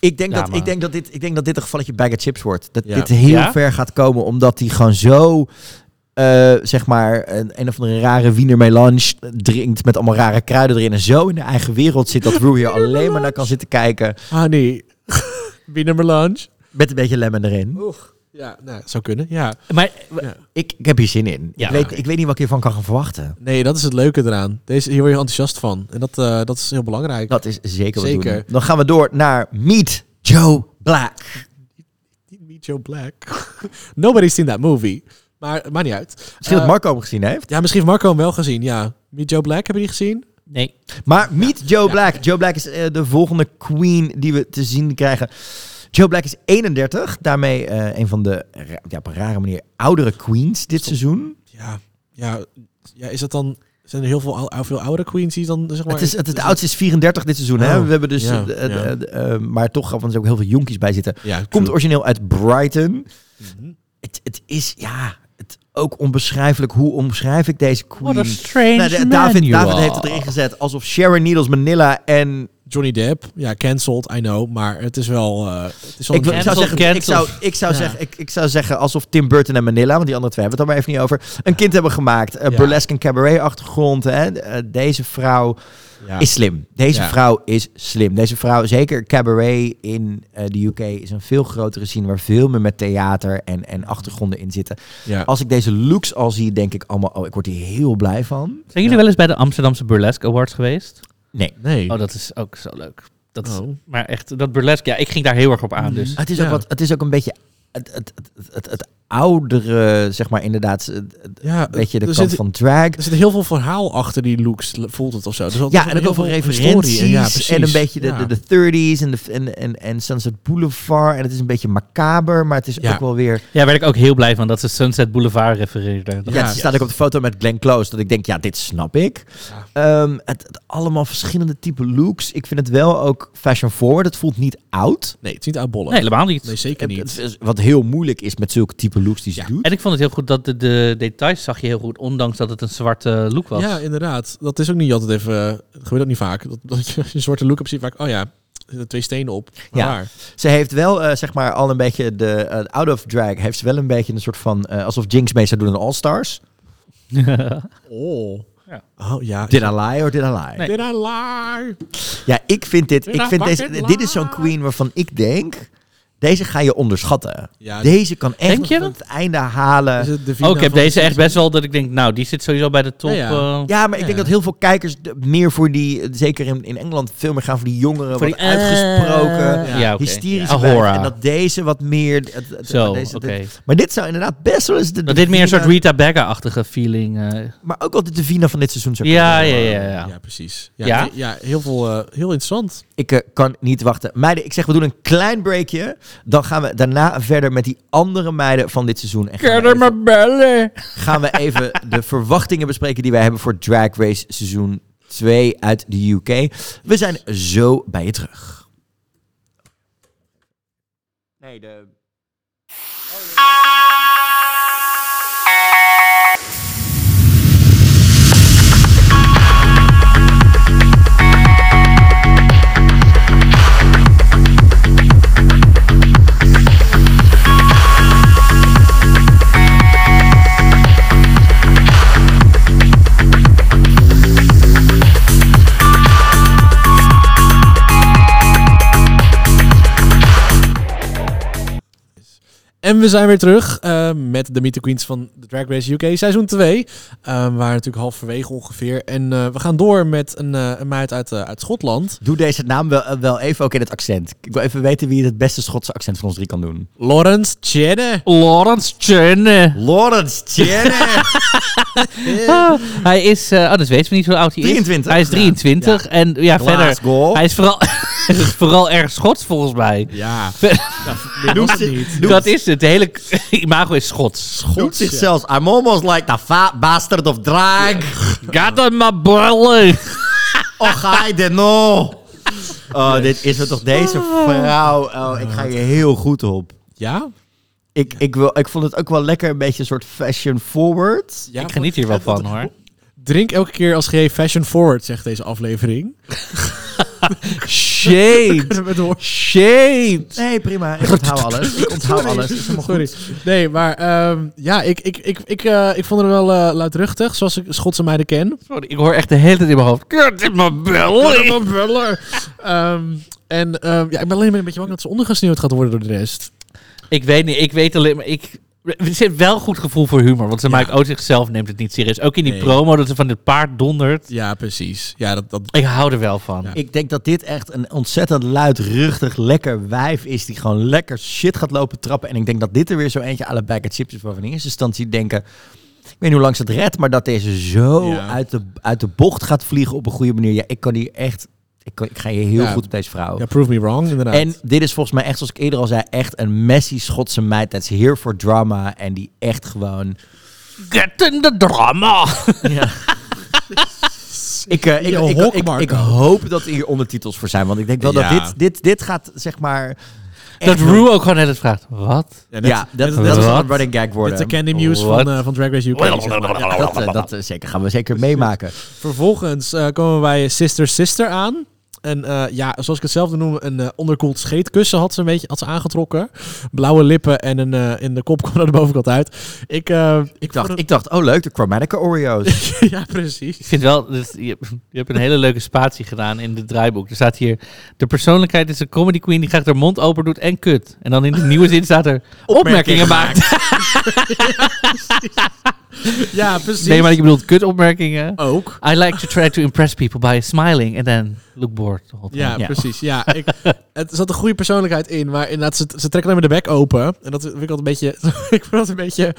Speaker 1: Ik, denk
Speaker 2: Ja,
Speaker 1: dat,
Speaker 2: maar-
Speaker 1: ik, denk dat dit, ik denk dat dit een gevalletje bag of chips wordt. Dat
Speaker 3: Ja.
Speaker 1: dit heel
Speaker 2: Ja?
Speaker 1: ver gaat komen, omdat hij gewoon zo... eh, zeg maar, een, een of andere rare Wiener Melange drinkt met allemaal rare kruiden erin. En zo in de eigen wereld zit dat
Speaker 3: <laughs>
Speaker 1: Rue hier alleen maar naar kan zitten kijken.
Speaker 3: Honey, Ah, <laughs> wie nummer lunch?
Speaker 1: Met een beetje lemon erin.
Speaker 3: Ja, nou, zou kunnen, ja.
Speaker 2: Maar
Speaker 1: Ik, ik heb hier zin in.
Speaker 2: Ja,
Speaker 1: ik, weet,
Speaker 2: oké.
Speaker 1: ik weet niet wat ik hiervan kan gaan verwachten.
Speaker 3: Nee, dat is het leuke eraan. Deze, hier word je enthousiast van. En dat, eh, dat is heel belangrijk.
Speaker 1: Dat is zeker wat
Speaker 3: Zeker.
Speaker 1: doen. Dan gaan we door naar Meet Joe Black.
Speaker 3: Meet Joe Black. <laughs> Nobody's seen that movie. Maar maakt niet uit.
Speaker 1: Misschien
Speaker 3: Eh,
Speaker 1: dat Marco hem gezien heeft.
Speaker 3: Ja, misschien heeft Marco hem wel gezien, ja. Meet Joe Black, hebben jullie die gezien?
Speaker 2: nee.
Speaker 1: Maar Meet Joe Black. Joe Black is eh, de volgende queen die we te zien krijgen. Joe Black is 31. Daarmee eh, een van de ra- ja, op een rare manier oudere queens dit seizoen.
Speaker 3: Ja, ja, ja is dat dan... Zijn er heel veel, ou- veel oudere queens die dan, zeg maar...
Speaker 1: Het, is, het, het oudste is 34 dit seizoen. hè?
Speaker 3: Oh,
Speaker 1: We hebben dus,
Speaker 3: ja,
Speaker 1: eh, eh,
Speaker 3: ja.
Speaker 1: eh, eh, maar toch gaan er ook heel veel jonkies bij zitten.
Speaker 3: Ja,
Speaker 1: Komt
Speaker 3: true.
Speaker 1: origineel uit Brighton.
Speaker 3: Mhm.
Speaker 1: Het, het is, ja, het, ook onbeschrijfelijk. Hoe omschrijf ik deze queen?
Speaker 2: What a strange
Speaker 1: Nou, de- David, David heeft het erin gezet alsof Sharon Needles Manila en...
Speaker 3: Johnny Depp, ja, cancelled, I know, maar het is wel... eh, het is wel
Speaker 1: Ik, wil- ik zou
Speaker 2: cancel,
Speaker 1: zeggen, ik zou,
Speaker 2: cancel.
Speaker 1: ik, zou
Speaker 3: Ja.
Speaker 1: zeggen ik, ik zou zeggen alsof Tim Burton en Manila, want die andere twee hebben het dan maar even niet over, een kind hebben gemaakt. Eh,
Speaker 3: Ja.
Speaker 1: Burlesque en cabaret achtergrond. Hè. Eh, deze vrouw
Speaker 3: ja.
Speaker 1: is slim. Deze
Speaker 3: Ja.
Speaker 1: vrouw is slim. Deze vrouw, zeker cabaret in eh, de UK, is een veel grotere scene waar veel meer met theater en, en achtergronden in zitten.
Speaker 3: Ja.
Speaker 1: Als ik deze looks al zie, denk ik allemaal, oh, ik word hier heel blij van.
Speaker 2: Zijn jullie wel eens bij de Amsterdamse Burlesque Awards geweest?
Speaker 1: Nee.
Speaker 3: Nee.
Speaker 2: Oh, dat is ook zo leuk. Dat is,
Speaker 3: Oh.
Speaker 2: maar echt, dat burlesque, ja, ik ging daar heel erg op aan. Dus.
Speaker 1: Het is,
Speaker 3: Ja.
Speaker 1: ook wat, het is ook een beetje het, het, het, het, het oudere, zeg maar inderdaad, het- het-
Speaker 3: ja,
Speaker 1: een beetje de
Speaker 3: er
Speaker 1: kant
Speaker 3: zit,
Speaker 1: van drag.
Speaker 3: Er zit heel veel verhaal achter die looks, l- voelt het of zo. Dus dat is
Speaker 1: Ja, en ook
Speaker 3: heel
Speaker 1: over
Speaker 3: veel historie in.
Speaker 1: referenties
Speaker 3: Ja, precies.
Speaker 1: en een beetje de,
Speaker 3: Ja.
Speaker 1: de, de 30s en, de, en, en, en Sunset Boulevard. En het is een beetje macaber, maar het is
Speaker 3: Ja.
Speaker 1: ook wel weer...
Speaker 2: Ja, werd ik ook heel blij van dat ze Sunset Boulevard refereerde. Dat-
Speaker 1: Ja, het staat ook op de foto met Glenn Close. Dat ik denk, ja, dit snap ik. Ehm, het, het allemaal verschillende type looks. Ik vind het wel ook fashion forward. Het voelt niet oud.
Speaker 3: Nee, het is niet uitbollen.
Speaker 2: Nee, helemaal niet.
Speaker 3: Nee, zeker niet.
Speaker 1: Het is- Wat heel moeilijk is met zulke type looks die ze
Speaker 3: Ja.
Speaker 1: doet.
Speaker 2: En ik vond het heel goed dat de, de details zag je heel goed, ondanks dat het een zwarte look was.
Speaker 3: Ja, inderdaad. Dat is ook niet altijd even... eh, dat gebeurt ook niet vaak. Dat, dat je een zwarte look op ziet vaak... Oh ja, er zitten twee stenen op.
Speaker 1: Ja.
Speaker 3: Ja.
Speaker 1: Ze heeft wel, eh, zeg maar, al een beetje de eh, out of drag. Heeft ze wel een beetje een soort van, eh, alsof Jinx mee zou doen in All Stars.
Speaker 3: Oh.
Speaker 2: Ja.
Speaker 3: Oh ja.
Speaker 1: Did I lie or did I lie?
Speaker 2: Nee.
Speaker 3: Did I lie?
Speaker 1: Ja, ik vind dit,
Speaker 3: Did
Speaker 1: ik
Speaker 3: I
Speaker 1: vind deze,
Speaker 3: fucking
Speaker 1: dit is zo'n
Speaker 3: lie?
Speaker 1: queen waarvan ik denk, deze ga je onderschatten.
Speaker 3: Ja.
Speaker 1: Deze kan echt
Speaker 2: Denk
Speaker 1: nog
Speaker 2: je
Speaker 1: tot het einde halen.
Speaker 3: Is het de Vina
Speaker 2: Oh, ik heb
Speaker 3: van-
Speaker 2: deze echt best wel dat ik denk, nou, die zit sowieso bij de top.
Speaker 3: Ja, ja.
Speaker 2: eh,
Speaker 1: Ja, maar ik denk
Speaker 3: Ja.
Speaker 1: dat heel veel kijkers de- meer voor die, zeker in, in Engeland, veel meer gaan voor die jongeren,
Speaker 2: Voor
Speaker 1: wat
Speaker 2: die- eh,
Speaker 1: uitgesproken,
Speaker 2: Ja, oké.
Speaker 1: hysterische
Speaker 2: Ja.
Speaker 1: wijven.
Speaker 2: Ahora.
Speaker 1: En dat deze wat meer... het- het- het-
Speaker 2: Zo,
Speaker 1: deze- dit-
Speaker 2: oké.
Speaker 1: maar dit zou inderdaad best wel eens... De,
Speaker 2: Dat dit meer een soort
Speaker 1: Davina-
Speaker 2: Rita Bagga-achtige feeling. eh.
Speaker 1: Maar ook wel de Davina van dit seizoen zou kunnen
Speaker 2: Ja,
Speaker 1: worden.
Speaker 2: ja, ja, ja.
Speaker 3: Ja, precies. Ja,
Speaker 2: Ja?
Speaker 3: ja? heel, veel, eh, heel interessant.
Speaker 1: Ik eh, kan niet wachten. Meiden, ik zeg, we doen een klein breakje. Dan gaan we daarna verder met die andere meiden van dit seizoen. En gaan, we
Speaker 2: Verder
Speaker 1: even,
Speaker 2: maar bellen.
Speaker 1: gaan we even <laughs> de verwachtingen bespreken die wij hebben voor Drag Race seizoen 2 uit de UK. We zijn zo bij je terug. Nee, de...
Speaker 3: En we zijn weer terug eh, met de Meet the Queens van de Drag Race UK seizoen 2. Eh, we waren natuurlijk halverwege ongeveer. En eh, we gaan door met een, eh, een meid uit, eh, uit Schotland.
Speaker 1: Doe deze naam wel, eh, wel even ook in het accent. Ik wil even weten wie het het beste Schotse accent van ons drie kan doen.
Speaker 3: Lawrence Chenne.
Speaker 2: Lawrence Chen.
Speaker 1: Lawrence <laughs> Tierney.
Speaker 2: Hij is, eh, oh dat weten we niet hoe oud hij
Speaker 1: 23.
Speaker 2: is. Hij is 23. En ja, verder.
Speaker 1: Glasgow.
Speaker 2: Hij is vooral, <laughs> hij is vooral erg schots volgens mij.
Speaker 1: <laughs>
Speaker 3: Ja,
Speaker 1: Doet
Speaker 3: het
Speaker 1: zich-
Speaker 3: niet.
Speaker 1: doet-
Speaker 2: Dat is het. De hele <laughs> imago is schots.
Speaker 1: Doet zich zelfs. I'm almost like the fat bastard of drag.
Speaker 2: Gaat dan maar bellen.
Speaker 1: Och, I don't know. Oh, dit is het toch, deze vrouw. Oh, ik ga je heel goed op.
Speaker 3: ja.
Speaker 1: Ik, ik, wil, ik vond het ook wel lekker een beetje een soort fashion forward.
Speaker 3: ja
Speaker 2: Ik geniet hier wel van hoor.
Speaker 3: Drink elke keer als GE Fashion Forward, zegt deze aflevering.
Speaker 2: Shade.
Speaker 3: <laughs> Kunnen we door?
Speaker 2: Shade.
Speaker 1: Nee, prima.
Speaker 2: <laughs>
Speaker 1: Ik onthoud alles. Ik onthoud alles. Is helemaal goed.
Speaker 3: Sorry. Nee, maar ehm, ja, ik, ik, ik, ik, eh, ik vond het wel eh, luidruchtig, zoals ik Schotse meiden ken.
Speaker 2: Sorry, ik hoor echt de hele tijd in mijn hoofd. Gaat dan maar bellen.
Speaker 3: Ehm, en ehm, ja, ik ben alleen maar een beetje bang dat ze ondergesneeuwd gaat worden door de rest.
Speaker 2: Ik weet niet. Ik weet alleen maar... Ik, er zit wel goed gevoel voor humor. Want ze maakt ook zichzelf neemt het niet serieus. Ook in die
Speaker 3: Nee.
Speaker 2: promo dat ze van dit paard dondert.
Speaker 3: Ja, precies. Ja, dat, dat...
Speaker 2: Ik hou er wel van.
Speaker 1: Ik denk dat dit echt een ontzettend luidruchtig, lekker wijf is. Die gewoon lekker shit gaat lopen trappen. En ik denk dat dit er weer zo eentje aan de bag at chips is. Dus Waarvan in eerste instantie denken. Ik weet niet hoe lang ze het redt. Maar dat deze zo
Speaker 3: Ja.
Speaker 1: uit, de, uit de bocht gaat vliegen op een goede manier. Ja, ik kan hier echt. Ik, kan, ik ga hier heel
Speaker 3: Ja.
Speaker 1: goed op deze vrouw.
Speaker 3: Ja, prove me wrong, inderdaad.
Speaker 1: En dit is volgens mij echt, zoals ik eerder al zei, echt een messy Schotse meid. Dat is here for drama. En die echt gewoon.
Speaker 2: Get in the drama.
Speaker 1: Ik, eh, ik,
Speaker 3: Yo,
Speaker 1: ik,
Speaker 3: hok,
Speaker 1: ik, ik,
Speaker 3: Marco.
Speaker 1: hoop dat hier ondertitels voor zijn. Want ik denk wel
Speaker 3: Ja.
Speaker 1: dat dit, dit, dit gaat, zeg maar.
Speaker 2: Dat
Speaker 1: echt
Speaker 2: Rue ook gewoon net het vraagt. Wat?
Speaker 3: Ja,
Speaker 1: ja, dat, dat,
Speaker 2: net-
Speaker 1: zal
Speaker 2: Wat?
Speaker 1: een running gag
Speaker 3: Dit de
Speaker 1: worden.
Speaker 3: Candy Muse
Speaker 2: What?
Speaker 3: van, eh, van Drag Race UK. zeg maar.
Speaker 1: Ja, dat, eh, dat eh, zeker, gaan we zeker meemaken.
Speaker 3: Vervolgens eh, komen wij Sister Sister aan. En eh, ja, zoals ik het zelf noem, een eh onderkoeld scheetkussen had ze een beetje had ze aangetrokken. Blauwe lippen en een, eh, in de kop kwam er de bovenkant uit. Ik, eh,
Speaker 1: Ik dacht, ik dacht, oh leuk, de Chromatica Oreos.
Speaker 3: <laughs> ja, precies.
Speaker 2: Ik vind wel, dat je, je hebt een hele leuke spatie gedaan in het draaiboek. Er staat hier, de persoonlijkheid is een comedy queen die graag haar mond open doet en kut. En dan in de nieuwe zin
Speaker 3: <laughs>
Speaker 2: staat er, opmerkingen maakt. <laughs>
Speaker 3: Ja, precies.
Speaker 2: Nee, maar ik bedoel kut opmerkingen.
Speaker 3: ook.
Speaker 2: I like to try to impress people by smiling and then look bored. the whole time.
Speaker 3: Ja,
Speaker 1: Ja.
Speaker 3: precies.
Speaker 2: <laughs>
Speaker 3: Ja, ik, het zat een goede persoonlijkheid in, maar inderdaad, ze, ze trekken alleen maar de bek open. En dat vind ik altijd een beetje... <laughs> ik vind dat een beetje...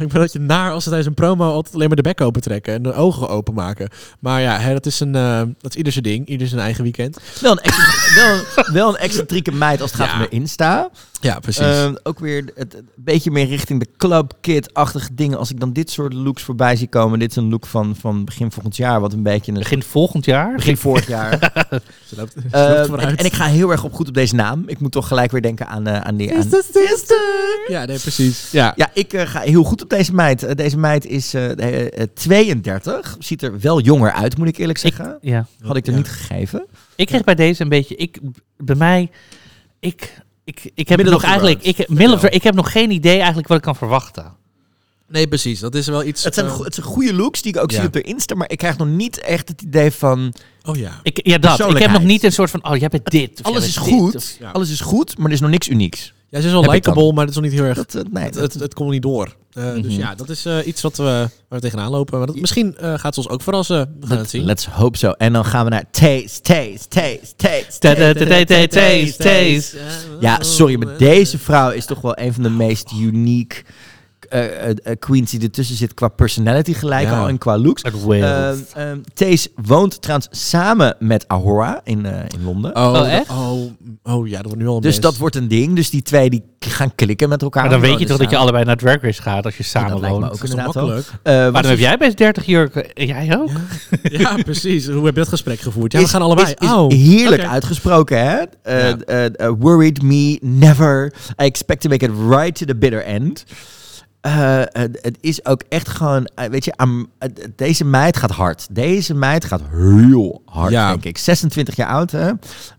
Speaker 3: Ik ben dat je naar als ze tijdens een promo altijd alleen maar de bek open trekken en de ogen openmaken. Maar ja, hè, dat, is een, eh, dat is ieder zijn ding, ieder zijn eigen weekend.
Speaker 1: <laughs> wel, een excent- wel, wel een excentrieke meid als het gaat
Speaker 3: Ja.
Speaker 1: om de Insta.
Speaker 3: Ja, precies.
Speaker 1: Ehm, ook weer het, het- een beetje meer richting de club kid-achtige dingen. Als ik dan dit soort looks voorbij zie komen. Dit is een look van, van begin volgend jaar. Wat een beetje een...
Speaker 2: Begin volgend jaar?
Speaker 1: Begin vorig jaar.
Speaker 3: Ze loopt, ze loopt
Speaker 1: Ehm, en,
Speaker 3: vooruit.
Speaker 1: en ik ga heel erg op goed op deze naam. Ik moet toch gelijk weer denken aan, eh, aan die... Aan...
Speaker 3: Ja, nee, precies. Ja.
Speaker 1: Ja, ik eh, ga heel goed op deze meid. Eh, deze meid is eh, eh, 32. Ziet er wel jonger uit, moet ik eerlijk zeggen.
Speaker 2: Ja.
Speaker 1: Had ik er
Speaker 3: Ja.
Speaker 1: niet gegeven.
Speaker 2: Ik kreeg bij deze een beetje, ik, bij mij, ik, ik, ik heb
Speaker 1: Middle of
Speaker 2: nog
Speaker 1: the
Speaker 2: eigenlijk,
Speaker 1: road.
Speaker 2: ik, middle of the- ik heb nog geen idee eigenlijk wat ik kan verwachten.
Speaker 3: Nee, precies. Dat is wel iets...
Speaker 1: Het zijn,
Speaker 3: eh,
Speaker 1: go- het zijn goede looks die ik ook
Speaker 3: Ja.
Speaker 1: zie op de Insta. Maar ik krijg nog niet echt het idee van...
Speaker 3: oh ja.
Speaker 2: Ik, ja, dat. Ik heb nog
Speaker 1: Persoonlijkheid.
Speaker 2: niet een soort van, oh, jij bent dit. of
Speaker 1: Alles
Speaker 2: jij
Speaker 1: is
Speaker 2: bent dit,
Speaker 1: goed.
Speaker 2: of-
Speaker 3: Ja.
Speaker 1: Alles is goed, maar er is nog niks unieks.
Speaker 3: Ja, ze is wel
Speaker 1: Heb ik dan.
Speaker 3: likable, maar dat is nog niet heel erg...
Speaker 1: Dat, eh, nee,
Speaker 3: Het,
Speaker 1: dat-
Speaker 3: het, het komt niet door. Eh, Dus ja, dat is eh, iets wat we, waar we tegenaan lopen. Maar dat, misschien eh, gaat ze ons ook verrassen. We gaan het zien.
Speaker 1: Let's hope so. En dan gaan we naar taste, taste, taste, taste.
Speaker 2: Ta- ta- ta- ta- ta- taste, taste.
Speaker 3: Oh, eh.
Speaker 1: Ja, sorry, maar deze vrouw is toch wel een van de meest uniek eh, eh, queens die ertussen zit qua personality gelijk
Speaker 3: Ja.
Speaker 1: al en qua looks.
Speaker 2: Het Wales.
Speaker 1: Eh, eh, Thees woont trouwens samen met Ahora in, eh, in Londen.
Speaker 2: Oh, echt?
Speaker 3: Oh, oh ja, dat wordt nu al een
Speaker 1: Dus
Speaker 3: mess.
Speaker 1: dat wordt een ding. Dus die twee die k- gaan klikken met elkaar.
Speaker 2: Maar dan
Speaker 1: Zo,
Speaker 2: weet je
Speaker 1: dus
Speaker 2: toch dat je
Speaker 1: samen-
Speaker 2: allebei naar Drag Race gaat als je samen
Speaker 1: dat lijkt me
Speaker 2: woont.
Speaker 1: ook
Speaker 3: Dat is
Speaker 1: inderdaad
Speaker 3: toch
Speaker 1: wel.
Speaker 3: makkelijk.
Speaker 1: Eh,
Speaker 2: Maar
Speaker 1: want
Speaker 2: dan heb jij best 30 jurken. En jij ook?
Speaker 3: Ja, precies. Hoe heb je dat gesprek gevoerd? Ja, we
Speaker 1: is-
Speaker 3: gaan allebei.
Speaker 1: Is, is
Speaker 3: oh,
Speaker 1: heerlijk
Speaker 3: oké.
Speaker 1: uitgesproken, hè? Eh,
Speaker 3: Ja.
Speaker 1: eh, eh, worried me, never. I expect to make it right to the bitter end. Eh, het- het is ook echt gewoon, eh, weet je, aan- het- het- deze meid gaat hard. Deze meid gaat heel hard,
Speaker 3: Ja.
Speaker 1: denk ik. 26 jaar oud, hè?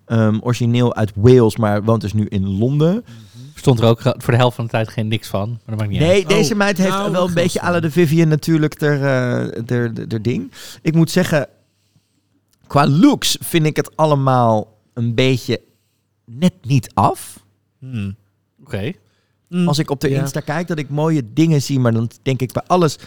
Speaker 1: Ehm, origineel uit Wales, maar woont dus nu in Londen.
Speaker 2: Stond er ook ge- voor de helft van de tijd geen niks van. Maar dat maakt niet uit.
Speaker 1: Nee, deze
Speaker 3: Oh,
Speaker 1: meid heeft
Speaker 3: nou,
Speaker 1: wel een
Speaker 3: dat
Speaker 1: beetje
Speaker 3: was
Speaker 1: à la de Vivian natuurlijk ter, eh, ter, ter, ter ding. Ik moet zeggen, qua looks vind ik het allemaal een beetje net niet af.
Speaker 3: Hmm.
Speaker 2: Oké.
Speaker 1: Als ik op de
Speaker 3: ja.
Speaker 1: Insta kijk, dat ik mooie dingen zie, maar dan denk ik bij alles...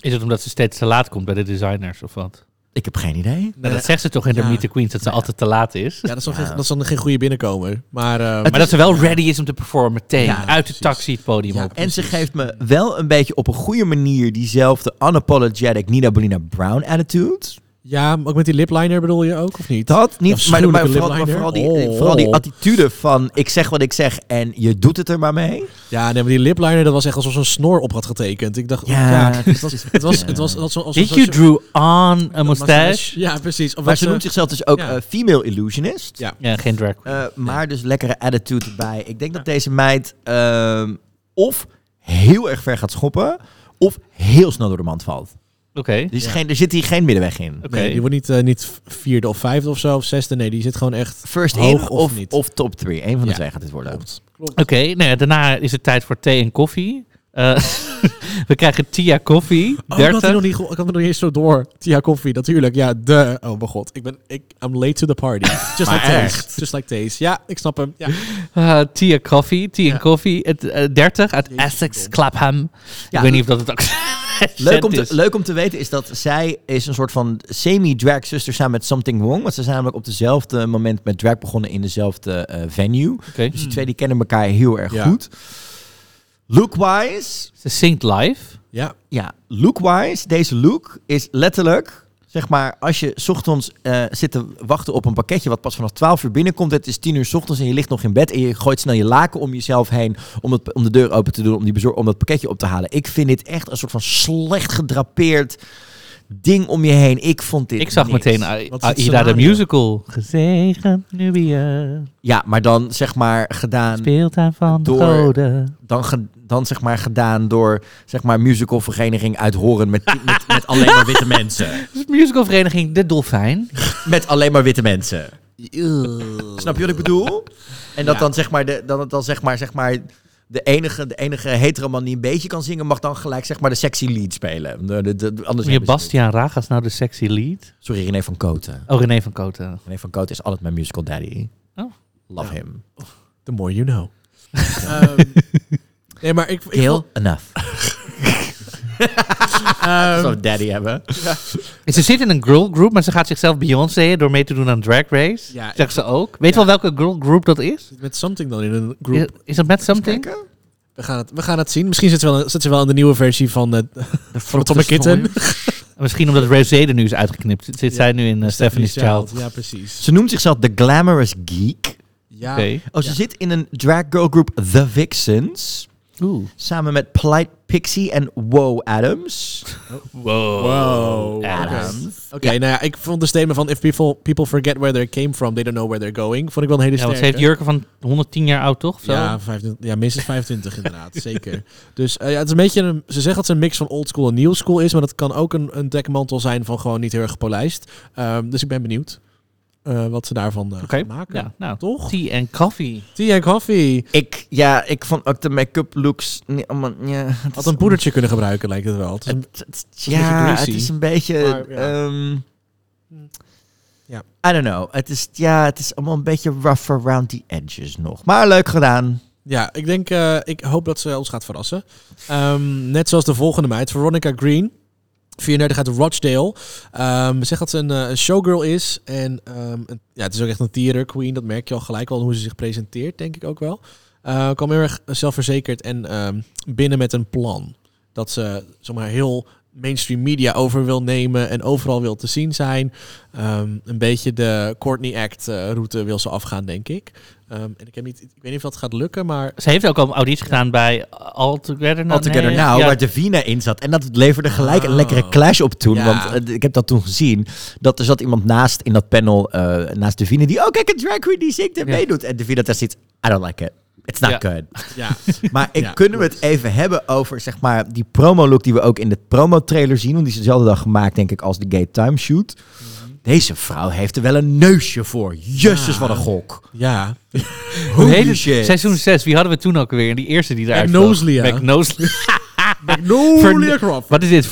Speaker 2: Is het omdat ze steeds te laat komt bij de designers of wat?
Speaker 1: Ik heb geen idee.
Speaker 2: Nou, dat zegt ze toch in de
Speaker 3: ja.
Speaker 2: Meet the Queens, dat ze altijd te laat is.
Speaker 3: Ja, dat is, dan geen, dat is dan geen goede binnenkomer. Maar, eh,
Speaker 2: maar dat ze wel ready is om te performen meteen.
Speaker 3: Ja,
Speaker 2: uit de
Speaker 3: precies.
Speaker 2: taxi het podium
Speaker 3: Ja,
Speaker 2: op.
Speaker 1: En ze geeft me wel een beetje op een goede manier diezelfde unapologetic Nina Bolina Brown attitude.
Speaker 3: ja, ook met die lipliner bedoel je ook, of niet?
Speaker 1: Dat niet, maar, maar
Speaker 3: Afschuwelijke
Speaker 1: vooral, maar
Speaker 3: lipliner.
Speaker 1: vooral die, eh,
Speaker 3: Oh.
Speaker 1: vooral die attitude van ik zeg wat ik zeg en je doet het er maar mee.
Speaker 3: Ja, nee, maar die lipliner, dat was echt alsof ze een snor op had getekend. Ik dacht, oh,
Speaker 1: Ja,
Speaker 3: ja,
Speaker 1: het
Speaker 3: het was... Het was, het was, alsof- alsof
Speaker 2: Did
Speaker 3: ze-
Speaker 2: you drew on a mustache?
Speaker 3: Ja, precies. Of
Speaker 1: Maar
Speaker 3: was
Speaker 1: ze noemt zichzelf dus ook
Speaker 3: ja.
Speaker 1: eh, female illusionist.
Speaker 3: Ja.
Speaker 2: Ja, geen drag queen.
Speaker 1: Eh, maar dus lekkere attitude bij. Ik denk dat deze meid ehm, of heel erg ver gaat schoppen, of heel snel door de mand valt.
Speaker 2: Oké.
Speaker 1: Er, is geen, er zit hier geen middenweg in.
Speaker 2: Oké.
Speaker 3: Nee, die wordt niet, eh, niet vierde of vijfde of zo, of zesde. Nee, die zit gewoon echt Oh,
Speaker 1: First
Speaker 3: hoog
Speaker 1: in
Speaker 3: of,
Speaker 1: of,
Speaker 3: niet.
Speaker 1: of top 3. Eén van de
Speaker 3: Ja.
Speaker 1: twee gaat dit worden.
Speaker 3: Klopt.
Speaker 2: Oké, nou ja, daarna is het tijd voor thee en koffie. Eh, <laughs> we krijgen Tia Koffie,
Speaker 3: Oh, ik had,
Speaker 2: 30.
Speaker 3: die nog niet, ge- ik had me nog niet eens zo door. Tia Koffie, natuurlijk. Ja, de. Oh mijn god. Ik ben... Ik, I'm late to the
Speaker 1: <laughs>
Speaker 3: party. Just like Taze. Just like Taze. Ja, ik snap hem. Ja.
Speaker 2: Eh, Tia Koffie, Tia en Koffie, het, eh, 30 uit Essex, Clapham.
Speaker 1: Ja.
Speaker 2: ik weet niet of dat het ook
Speaker 1: <laughs> Leuk om, te,
Speaker 2: is.
Speaker 1: leuk om te weten is dat zij is een soort van semi-drag zuster samen met Something Wrong. Want ze zijn namelijk op dezelfde moment met drag begonnen in dezelfde eh, venue.
Speaker 2: Oké.
Speaker 1: Dus die twee die kennen elkaar heel erg
Speaker 3: Hmm. Ja.
Speaker 1: goed. Look-wise,
Speaker 2: Ze zingt live.
Speaker 3: ja.
Speaker 1: Ja, look-wise, deze look is letterlijk... Zeg maar, als je 's ochtends eh, zit te wachten op een pakketje... wat pas vanaf 12 uur binnenkomt, het is 10 uur 's ochtends... en je ligt nog in bed en je gooit snel je laken om jezelf heen... om, het, om de deur open te doen, om, die bezor- om dat pakketje op te halen. Ik vind dit echt een soort van slecht gedrapeerd ding om je heen. Ik vond dit
Speaker 2: Ik zag
Speaker 1: niks.
Speaker 2: meteen A-
Speaker 3: Wat is het
Speaker 2: Aida de
Speaker 3: scenario?
Speaker 2: Musical. Gezegend Nubië,
Speaker 1: Ja, maar dan zeg maar gedaan...
Speaker 2: speeltuin van de
Speaker 1: Door-
Speaker 2: goden.
Speaker 1: Dan, ge- dan zeg maar gedaan door zeg maar musicalvereniging uit Horen... Met, met, met alleen maar witte mensen.
Speaker 2: Dus musicalvereniging De Dolfijn.
Speaker 1: Met alleen maar witte mensen. Snap je wat ik bedoel? En dat dan zeg maar, de, dan, het dan zeg maar, zeg maar de, enige, de enige hetero man die een beetje kan zingen, mag dan gelijk zeg maar de sexy lead spelen. De, de, de- anders hebben ze
Speaker 2: Je
Speaker 1: het
Speaker 2: Bastiaan Ragas nou de sexy lead?
Speaker 1: niet. Sorry, René van Koten.
Speaker 2: Oh, René van Koten.
Speaker 1: René van Koten is altijd mijn musical daddy.
Speaker 2: Oh.
Speaker 1: Love him.
Speaker 3: The more you
Speaker 1: <laughs>
Speaker 3: know. Ehm, nee, maar ik... ik
Speaker 1: Kill
Speaker 3: vond-
Speaker 2: <laughs>
Speaker 1: enough.
Speaker 3: ehm,
Speaker 1: Zo'n daddy hebben.
Speaker 2: Ze zit in een girl group, maar ze gaat zichzelf Beyoncé door mee te doen aan Drag Race.
Speaker 3: Ja,
Speaker 2: zegt ze ook. Weet je wel welke girl group dat is?
Speaker 3: met something dan in een
Speaker 2: Is,
Speaker 3: groep.
Speaker 2: is dat met something?
Speaker 3: We gaan het, we gaan het zien. Misschien zit ze, wel, zit ze wel in de nieuwe versie van... eh,
Speaker 2: Van
Speaker 3: Tommy Kitten.
Speaker 2: <laughs> Misschien omdat Rosé er nu is uitgeknipt. Zit zij nu in eh, Stephanie's Child.
Speaker 3: Ja, precies.
Speaker 1: Ze noemt zichzelf The Glamorous Geek.
Speaker 3: Ja.
Speaker 2: Oké.
Speaker 1: Oh, ze zit in een drag girl groep The Vixens.
Speaker 2: Oeh.
Speaker 1: Samen met Polite Pixie en Wow Adams.
Speaker 2: Wow.
Speaker 3: Wow. Oké,
Speaker 1: Adams.
Speaker 3: Oké, nou ja, ik vond de statement van... If people, people forget where they came from, they don't know where they're going. Vond ik wel een hele
Speaker 2: Ja, want
Speaker 3: sterke.
Speaker 2: ze heeft jurken van 110 jaar oud, toch? Of zo?
Speaker 3: Ja, 25, ja, minstens 25 inderdaad, <laughs> zeker. Dus eh, ja, het is een beetje een, ze zeggen dat het een mix van old school en new school is, maar dat kan ook een, een dekmantel zijn van gewoon niet heel erg gepolijst. Ehm, dus ik ben benieuwd eh, wat ze daarvan eh,
Speaker 2: Oké.
Speaker 3: gaan maken.
Speaker 2: Ja, nou,
Speaker 3: Toch?
Speaker 2: Tea en koffie.
Speaker 3: Tea en koffie.
Speaker 1: Ik, ja, ik vond ook de make-up looks... Nee, allemaal, ja, het
Speaker 3: Had
Speaker 1: is-
Speaker 3: een poedertje kunnen gebruiken, lijkt het wel. Het is een-
Speaker 1: Het- het-
Speaker 3: een beetje
Speaker 1: ja,
Speaker 3: greasy.
Speaker 1: het is een beetje.
Speaker 3: Maar, ja.
Speaker 1: ehm,
Speaker 3: Ja.
Speaker 1: I don't know. Het is, ja, het is allemaal een beetje rough around the edges nog. Maar leuk gedaan.
Speaker 3: ja, ik denk, eh, ik hoop dat ze ons gaat verrassen. Ehm, net zoals de volgende meid, Veronica Green. 34 uit Rochdale. Ehm zegt dat ze een, eh, een showgirl is. En ehm, een- ja, het is ook echt een theater queen. Dat merk je al gelijk al hoe ze zich presenteert, denk ik ook wel. Eh kwam heel erg zelfverzekerd en ehm, binnen met een plan. dat ze zeg maar, heel mainstream media over wil nemen en overal wil te zien zijn. Ehm, een beetje de Courtney Act eh, route wil ze afgaan, denk ik. Ehm, en ik, heb niet, ik weet niet of dat gaat lukken, maar
Speaker 2: Ze heeft ook al een auditie gedaan bij All Together Now.
Speaker 1: Altogether
Speaker 2: nee,
Speaker 1: Now,
Speaker 2: ja.
Speaker 1: waar Davina in zat. En dat leverde gelijk een lekkere clash op toen.
Speaker 3: Ja.
Speaker 1: Want eh, ik heb dat toen gezien. Dat er zat iemand naast in dat panel, eh, naast Davina, die, oh kijk, een drag queen die zingt en
Speaker 2: Ja.
Speaker 1: meedoet. En Davina daar zit, I don't like it. It's not
Speaker 2: Ja.
Speaker 1: good.
Speaker 3: <laughs> ja.
Speaker 1: Maar ik,
Speaker 3: Ja,
Speaker 1: kunnen we het even hebben over zeg maar, die promo-look die we ook in de promo-trailer zien? Want die is dezelfde dag gemaakt, denk ik, als de Gay Time Shoot. Deze vrouw heeft er wel een neusje voor. Jezus, wat een gok.
Speaker 3: <laughs> ja.
Speaker 1: Holy
Speaker 2: Hele
Speaker 1: shit.
Speaker 2: Seizoen 6, wie hadden we toen ook weer? Die eerste die daar
Speaker 3: Magnolia.
Speaker 2: Magnolia.
Speaker 3: <laughs> Magnolia Croft.
Speaker 2: Wat is dit?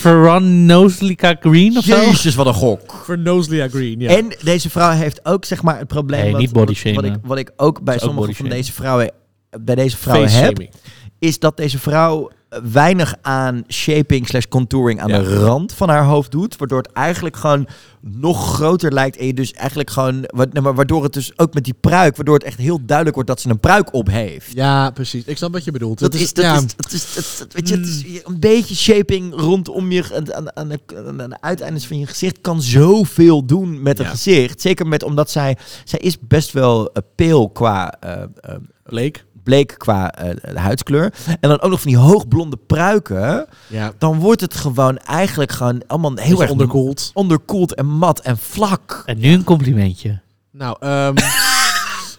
Speaker 2: Veronoslica Green of zo?
Speaker 1: Jezus, wat een gok.
Speaker 3: Voor Noslia Green, ja.
Speaker 1: En deze vrouw heeft ook zeg maar het probleem.
Speaker 2: Nee,
Speaker 1: wat,
Speaker 2: niet body
Speaker 1: wat- wat,
Speaker 2: shamen.
Speaker 1: ik, wat ik ook bij
Speaker 2: is ook
Speaker 1: sommige
Speaker 2: body
Speaker 1: van
Speaker 2: shamen.
Speaker 1: deze vrouwen, bij deze vrouwen
Speaker 3: Face
Speaker 1: heb,
Speaker 3: shaming.
Speaker 1: is dat deze vrouw weinig aan shaping slash contouring aan
Speaker 3: Ja.
Speaker 1: de rand van haar hoofd doet, waardoor het eigenlijk gewoon nog groter lijkt en je dus eigenlijk gewoon, wa- nee, maar waardoor het dus ook met die pruik, waardoor het echt heel duidelijk wordt dat ze een pruik op heeft.
Speaker 3: Ja, precies. Ik snap wat je bedoelt.
Speaker 1: Dat
Speaker 3: Het
Speaker 1: is, dat
Speaker 3: ja. Mm.
Speaker 1: is, dat is, dat- dat- weet je, het is een beetje shaping rondom je, aan, aan, aan, de, aan de uiteindes van je gezicht kan zoveel doen met een
Speaker 3: Ja.
Speaker 1: gezicht. Zeker met, omdat zij, zij is best wel eh, peel qua, eh, eh,
Speaker 3: Bleek.
Speaker 1: bleek qua eh, huidskleur. En dan ook nog van die hoogblonde pruiken.
Speaker 3: Ja.
Speaker 1: Dan wordt het gewoon eigenlijk gewoon allemaal heel erg
Speaker 3: Dus onderkoeld.
Speaker 1: onderkoeld en mat en vlak.
Speaker 2: En nu een complimentje.
Speaker 3: Nou, <laughs> ehm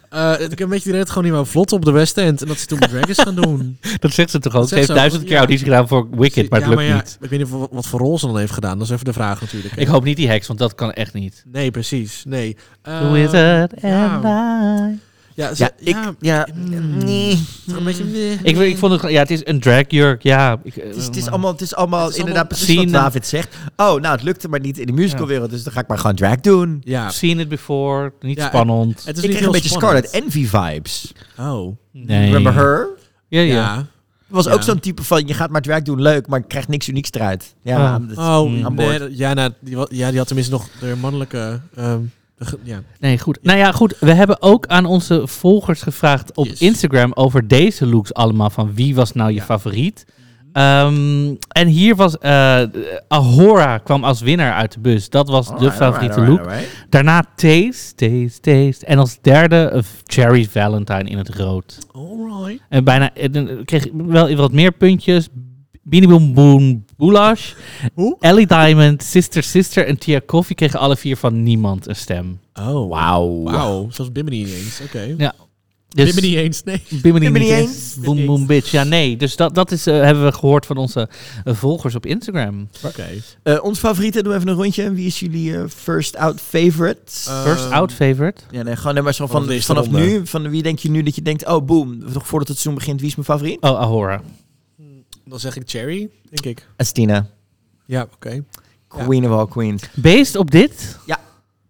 Speaker 3: eh, ik heb een beetje die reden gewoon niet wou vlot op de West End. En dat <laughs> ze toen drag is gaan doen.
Speaker 2: Dat zegt ze toch ook?
Speaker 3: Dat
Speaker 2: Ze
Speaker 3: zegt
Speaker 2: heeft
Speaker 3: ze ook,
Speaker 2: duizend keer
Speaker 3: ja.
Speaker 2: auditie gedaan voor Wicked, maar het
Speaker 3: ja,
Speaker 2: lukt
Speaker 3: ja,
Speaker 2: niet.
Speaker 3: Ik weet niet wat, wat voor rol ze dan heeft gedaan. Dat is even de vraag natuurlijk. hè.
Speaker 2: Ik hoop niet die heks, want dat kan echt niet.
Speaker 3: Nee, precies. Nee. Eh,
Speaker 2: Wizard
Speaker 3: ja.
Speaker 2: and I.
Speaker 3: Dus Ja, ze-
Speaker 1: Ja, ik,
Speaker 3: ja, mm.
Speaker 1: ja, nee.
Speaker 3: het is een beetje...
Speaker 2: Ik, ik vond het gewoon- ja, het is een dragjurk, ja. Ik, eh,
Speaker 1: Het is, het is allemaal, het is allemaal
Speaker 3: Het is
Speaker 1: inderdaad
Speaker 3: allemaal
Speaker 1: precies wat
Speaker 2: scene.
Speaker 1: David zegt. Oh, nou, het lukte maar niet in de musicalwereld, dus dan ga ik maar gewoon drag doen.
Speaker 3: Ja.
Speaker 2: Seen it before, niet
Speaker 3: Ja,
Speaker 2: spannend.
Speaker 3: Het is
Speaker 1: ik
Speaker 3: niet
Speaker 1: kreeg
Speaker 3: heel
Speaker 1: een beetje
Speaker 3: spannend.
Speaker 1: Scarlet Envy vibes.
Speaker 3: Oh.
Speaker 2: nee.
Speaker 1: Remember her?
Speaker 2: Ja, ja.
Speaker 3: Ja.
Speaker 1: Het was
Speaker 3: Ja.
Speaker 1: ook zo'n type van, je gaat maar drag doen, leuk, maar je krijgt niks unieks eruit. Ja,
Speaker 2: Ah.
Speaker 1: dat-
Speaker 3: Oh,
Speaker 2: aan
Speaker 3: nee,
Speaker 1: boord.
Speaker 3: dat- ja, nou, die, wa- ja, die had tenminste nog de mannelijke... ehm, de ge- ja.
Speaker 2: Nee, goed. Nou ja, goed. We hebben ook aan onze volgers gevraagd op
Speaker 3: Yes.
Speaker 2: Instagram over deze looks allemaal. Van wie was nou je
Speaker 3: Ja.
Speaker 2: favoriet?
Speaker 1: Mhm.
Speaker 2: Ehm, en hier was eh, Ahora kwam als winnaar uit de bus. Dat was de
Speaker 1: Oh, Alright,
Speaker 2: favoriete
Speaker 1: alright,
Speaker 2: look.
Speaker 1: alright, alright.
Speaker 2: Daarna Taste, Taste, Taste. En als derde eh, Cherry Valentine in het rood.
Speaker 3: Alright.
Speaker 2: En bijna eh, dan kreeg ik wel wat meer puntjes. Bini Boom Boom Boulash.
Speaker 3: Hoe?
Speaker 2: Ellie Diamond, Sister Sister en Tia Coffee kregen alle vier van niemand een stem.
Speaker 3: Oh,
Speaker 1: Wauw.
Speaker 3: Wauw, zelfs Bimini niet eens. Oké.
Speaker 2: Ja. Dus
Speaker 3: Bimini niet eens, nee.
Speaker 2: Bimini,
Speaker 1: Bimini
Speaker 2: niet
Speaker 1: eens.
Speaker 2: eens. Boom Boom Bitch. Ja, nee. Dus dat, dat is, eh, hebben we gehoord van onze eh, volgers op Instagram.
Speaker 3: Oké.
Speaker 1: Eh, ons favoriete, doen we even een rondje. Wie is jullie eh, first out
Speaker 3: Eh,
Speaker 1: favorite?
Speaker 2: First out favorite.
Speaker 1: ja, nee, gewoon nee, maar zo
Speaker 3: vanaf
Speaker 1: van,
Speaker 3: de eerste
Speaker 1: vanaf
Speaker 3: ronde.
Speaker 1: nu, van wie denk je nu dat je denkt, oh boom, nog voordat het seizoen begint, wie is mijn favoriet?
Speaker 2: Oh, Ahora.
Speaker 3: Dan zeg ik Cherry, denk ik.
Speaker 1: Astina,
Speaker 3: Ja, oké. Ja.
Speaker 1: queen of all queens.
Speaker 2: Based op dit?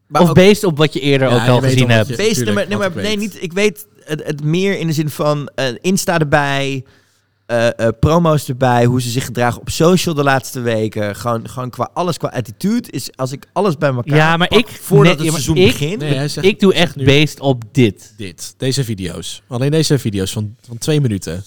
Speaker 1: Maar
Speaker 2: of
Speaker 1: ook-
Speaker 2: based op wat je eerder
Speaker 3: Ja,
Speaker 2: ook al
Speaker 3: je weet
Speaker 2: gezien
Speaker 3: al wat
Speaker 2: hebt?
Speaker 3: je-
Speaker 1: Feest, nee, maar,
Speaker 3: Tuurlijk,
Speaker 1: nee,
Speaker 3: want
Speaker 1: maar,
Speaker 3: ik
Speaker 1: nee,
Speaker 3: weet.
Speaker 1: niet. Ik weet het, het meer in de zin van eh, Insta erbij, eh, eh, promo's erbij, hoe ze zich gedragen op social de laatste weken. Gewoon, gewoon qua alles, qua attitude is als ik alles bij elkaar.
Speaker 2: Ja, maar
Speaker 1: pak
Speaker 2: ik-
Speaker 1: voordat
Speaker 2: nee,
Speaker 1: het
Speaker 2: ja, maar
Speaker 1: seizoen
Speaker 2: ik-
Speaker 1: begint.
Speaker 3: Nee, hij zegt
Speaker 2: Ik doe echt
Speaker 3: nu-
Speaker 2: based op dit.
Speaker 3: dit. Deze video's. Alleen deze video's van, van twee minuten.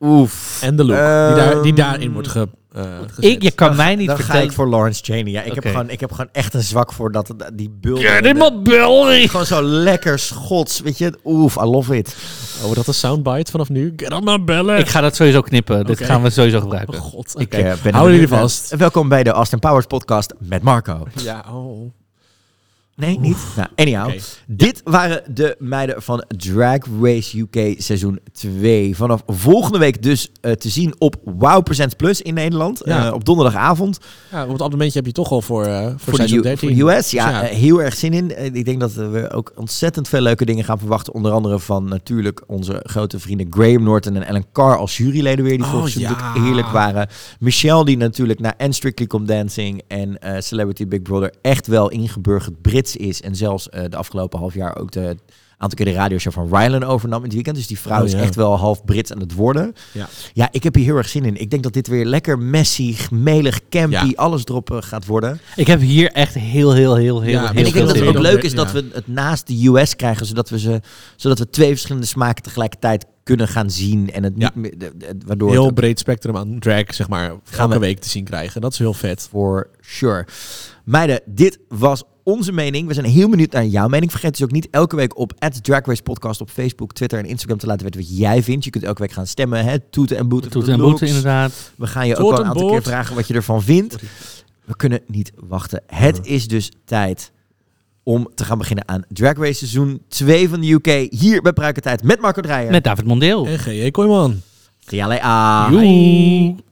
Speaker 1: Oef.
Speaker 3: En de look die, daar, die
Speaker 1: Ehm,
Speaker 3: daarin wordt ge, eh, gezet.
Speaker 2: Ik, je kan
Speaker 1: Dan-
Speaker 2: mij niet
Speaker 1: Dan ga
Speaker 2: vertellen.
Speaker 1: ik voor Lawrence Cheney. Ja, ik, heb
Speaker 2: Oké.
Speaker 1: gewoon, ik heb gewoon echt een zwak voor dat, dat- die bulder.
Speaker 2: Ja, dit moet België.
Speaker 1: Gewoon zo lekker schots, weet je. Oef, I love it.
Speaker 3: Oh, dat is soundbite vanaf nu. Get on my bellen.
Speaker 2: Ik ga dat sowieso knippen. Dit
Speaker 3: Oké.
Speaker 2: gaan we sowieso
Speaker 3: Oh,
Speaker 2: gebruiken.
Speaker 3: god.
Speaker 1: Ik
Speaker 3: Oké.
Speaker 1: eh, ben er
Speaker 3: Houden jullie
Speaker 1: benieuwd naar.
Speaker 3: vast.
Speaker 1: Welkom bij de Austin Powers podcast met Marco.
Speaker 3: Ja, oh.
Speaker 1: Nee, niet. Nou, anyhow.
Speaker 3: Oké.
Speaker 1: Dit waren de meiden van Drag Race UK seizoen 2. Vanaf volgende week dus eh, te zien op Wow Presents Plus in Nederland.
Speaker 3: Ja.
Speaker 1: eh, op donderdagavond.
Speaker 3: Ja, want het abonnementje heb je toch al voor, eh voor,
Speaker 1: Voor, de
Speaker 3: seizoen
Speaker 1: U-
Speaker 3: 13.
Speaker 1: voor de US. Ja,
Speaker 3: Dus
Speaker 1: eh, heel erg zin in. Eh, ik denk dat we ook ontzettend veel leuke dingen gaan verwachten. Onder andere van natuurlijk onze grote vrienden Graham Norton en Ellen Carr als juryleden weer. Die
Speaker 3: Oh,
Speaker 1: volgens
Speaker 3: ja.
Speaker 1: natuurlijk heerlijk waren. Michelle die natuurlijk naar en Strictly Come Dancing en eh, Celebrity Big Brother echt wel ingeburgerd Brits gids is. En zelfs eh, de afgelopen half jaar ook de aantal keer de radioshow van Rylan overnam in het weekend. Dus die vrouw
Speaker 3: Oh,
Speaker 1: is
Speaker 3: ja.
Speaker 1: echt wel half Brits aan het worden.
Speaker 3: Ja.
Speaker 1: Ja, ik heb hier heel erg zin in. Ik denk dat dit weer lekker messig, melig, campy,
Speaker 3: Ja.
Speaker 1: alles erop eh, gaat worden.
Speaker 2: Ik heb hier echt heel, heel, heel, heel,
Speaker 3: Ja,
Speaker 2: heel
Speaker 3: en
Speaker 1: En ik
Speaker 2: veel
Speaker 1: denk dat het
Speaker 2: zin
Speaker 1: ook
Speaker 2: in.
Speaker 1: leuk is dat
Speaker 3: Ja.
Speaker 1: we het naast de US krijgen, zodat we, ze, zodat we twee verschillende smaken tegelijkertijd kunnen gaan zien. En het
Speaker 3: Ja.
Speaker 1: niet meer, de- de- waardoor
Speaker 3: Heel
Speaker 1: het
Speaker 3: breed spectrum aan drag, zeg maar, elke
Speaker 1: we-
Speaker 3: week te zien krijgen. Dat is heel vet.
Speaker 1: for sure. Meiden, dit was onze mening. We zijn heel benieuwd naar jouw mening. Vergeet dus ook niet elke week op Drag Race Podcast op Facebook, Twitter en Instagram te laten weten wat jij vindt. Je kunt elke week gaan stemmen, hè? toeten en boeten.
Speaker 2: Toet
Speaker 1: voor
Speaker 2: en
Speaker 1: de
Speaker 2: boete,
Speaker 1: looks.
Speaker 2: inderdaad.
Speaker 1: We gaan je
Speaker 3: Toet
Speaker 1: ook wel een
Speaker 3: en
Speaker 1: aantal
Speaker 3: boet.
Speaker 1: keer vragen wat je ervan vindt. We kunnen niet wachten. Het is dus tijd om te gaan beginnen aan Drag Race seizoen 2 van de UK. Hier bij Pruikertijd met Marco Dreyer.
Speaker 3: E
Speaker 2: Met David Mondeel. uh,
Speaker 3: En G.E. Kooijman.
Speaker 1: Riale A.
Speaker 2: Joe.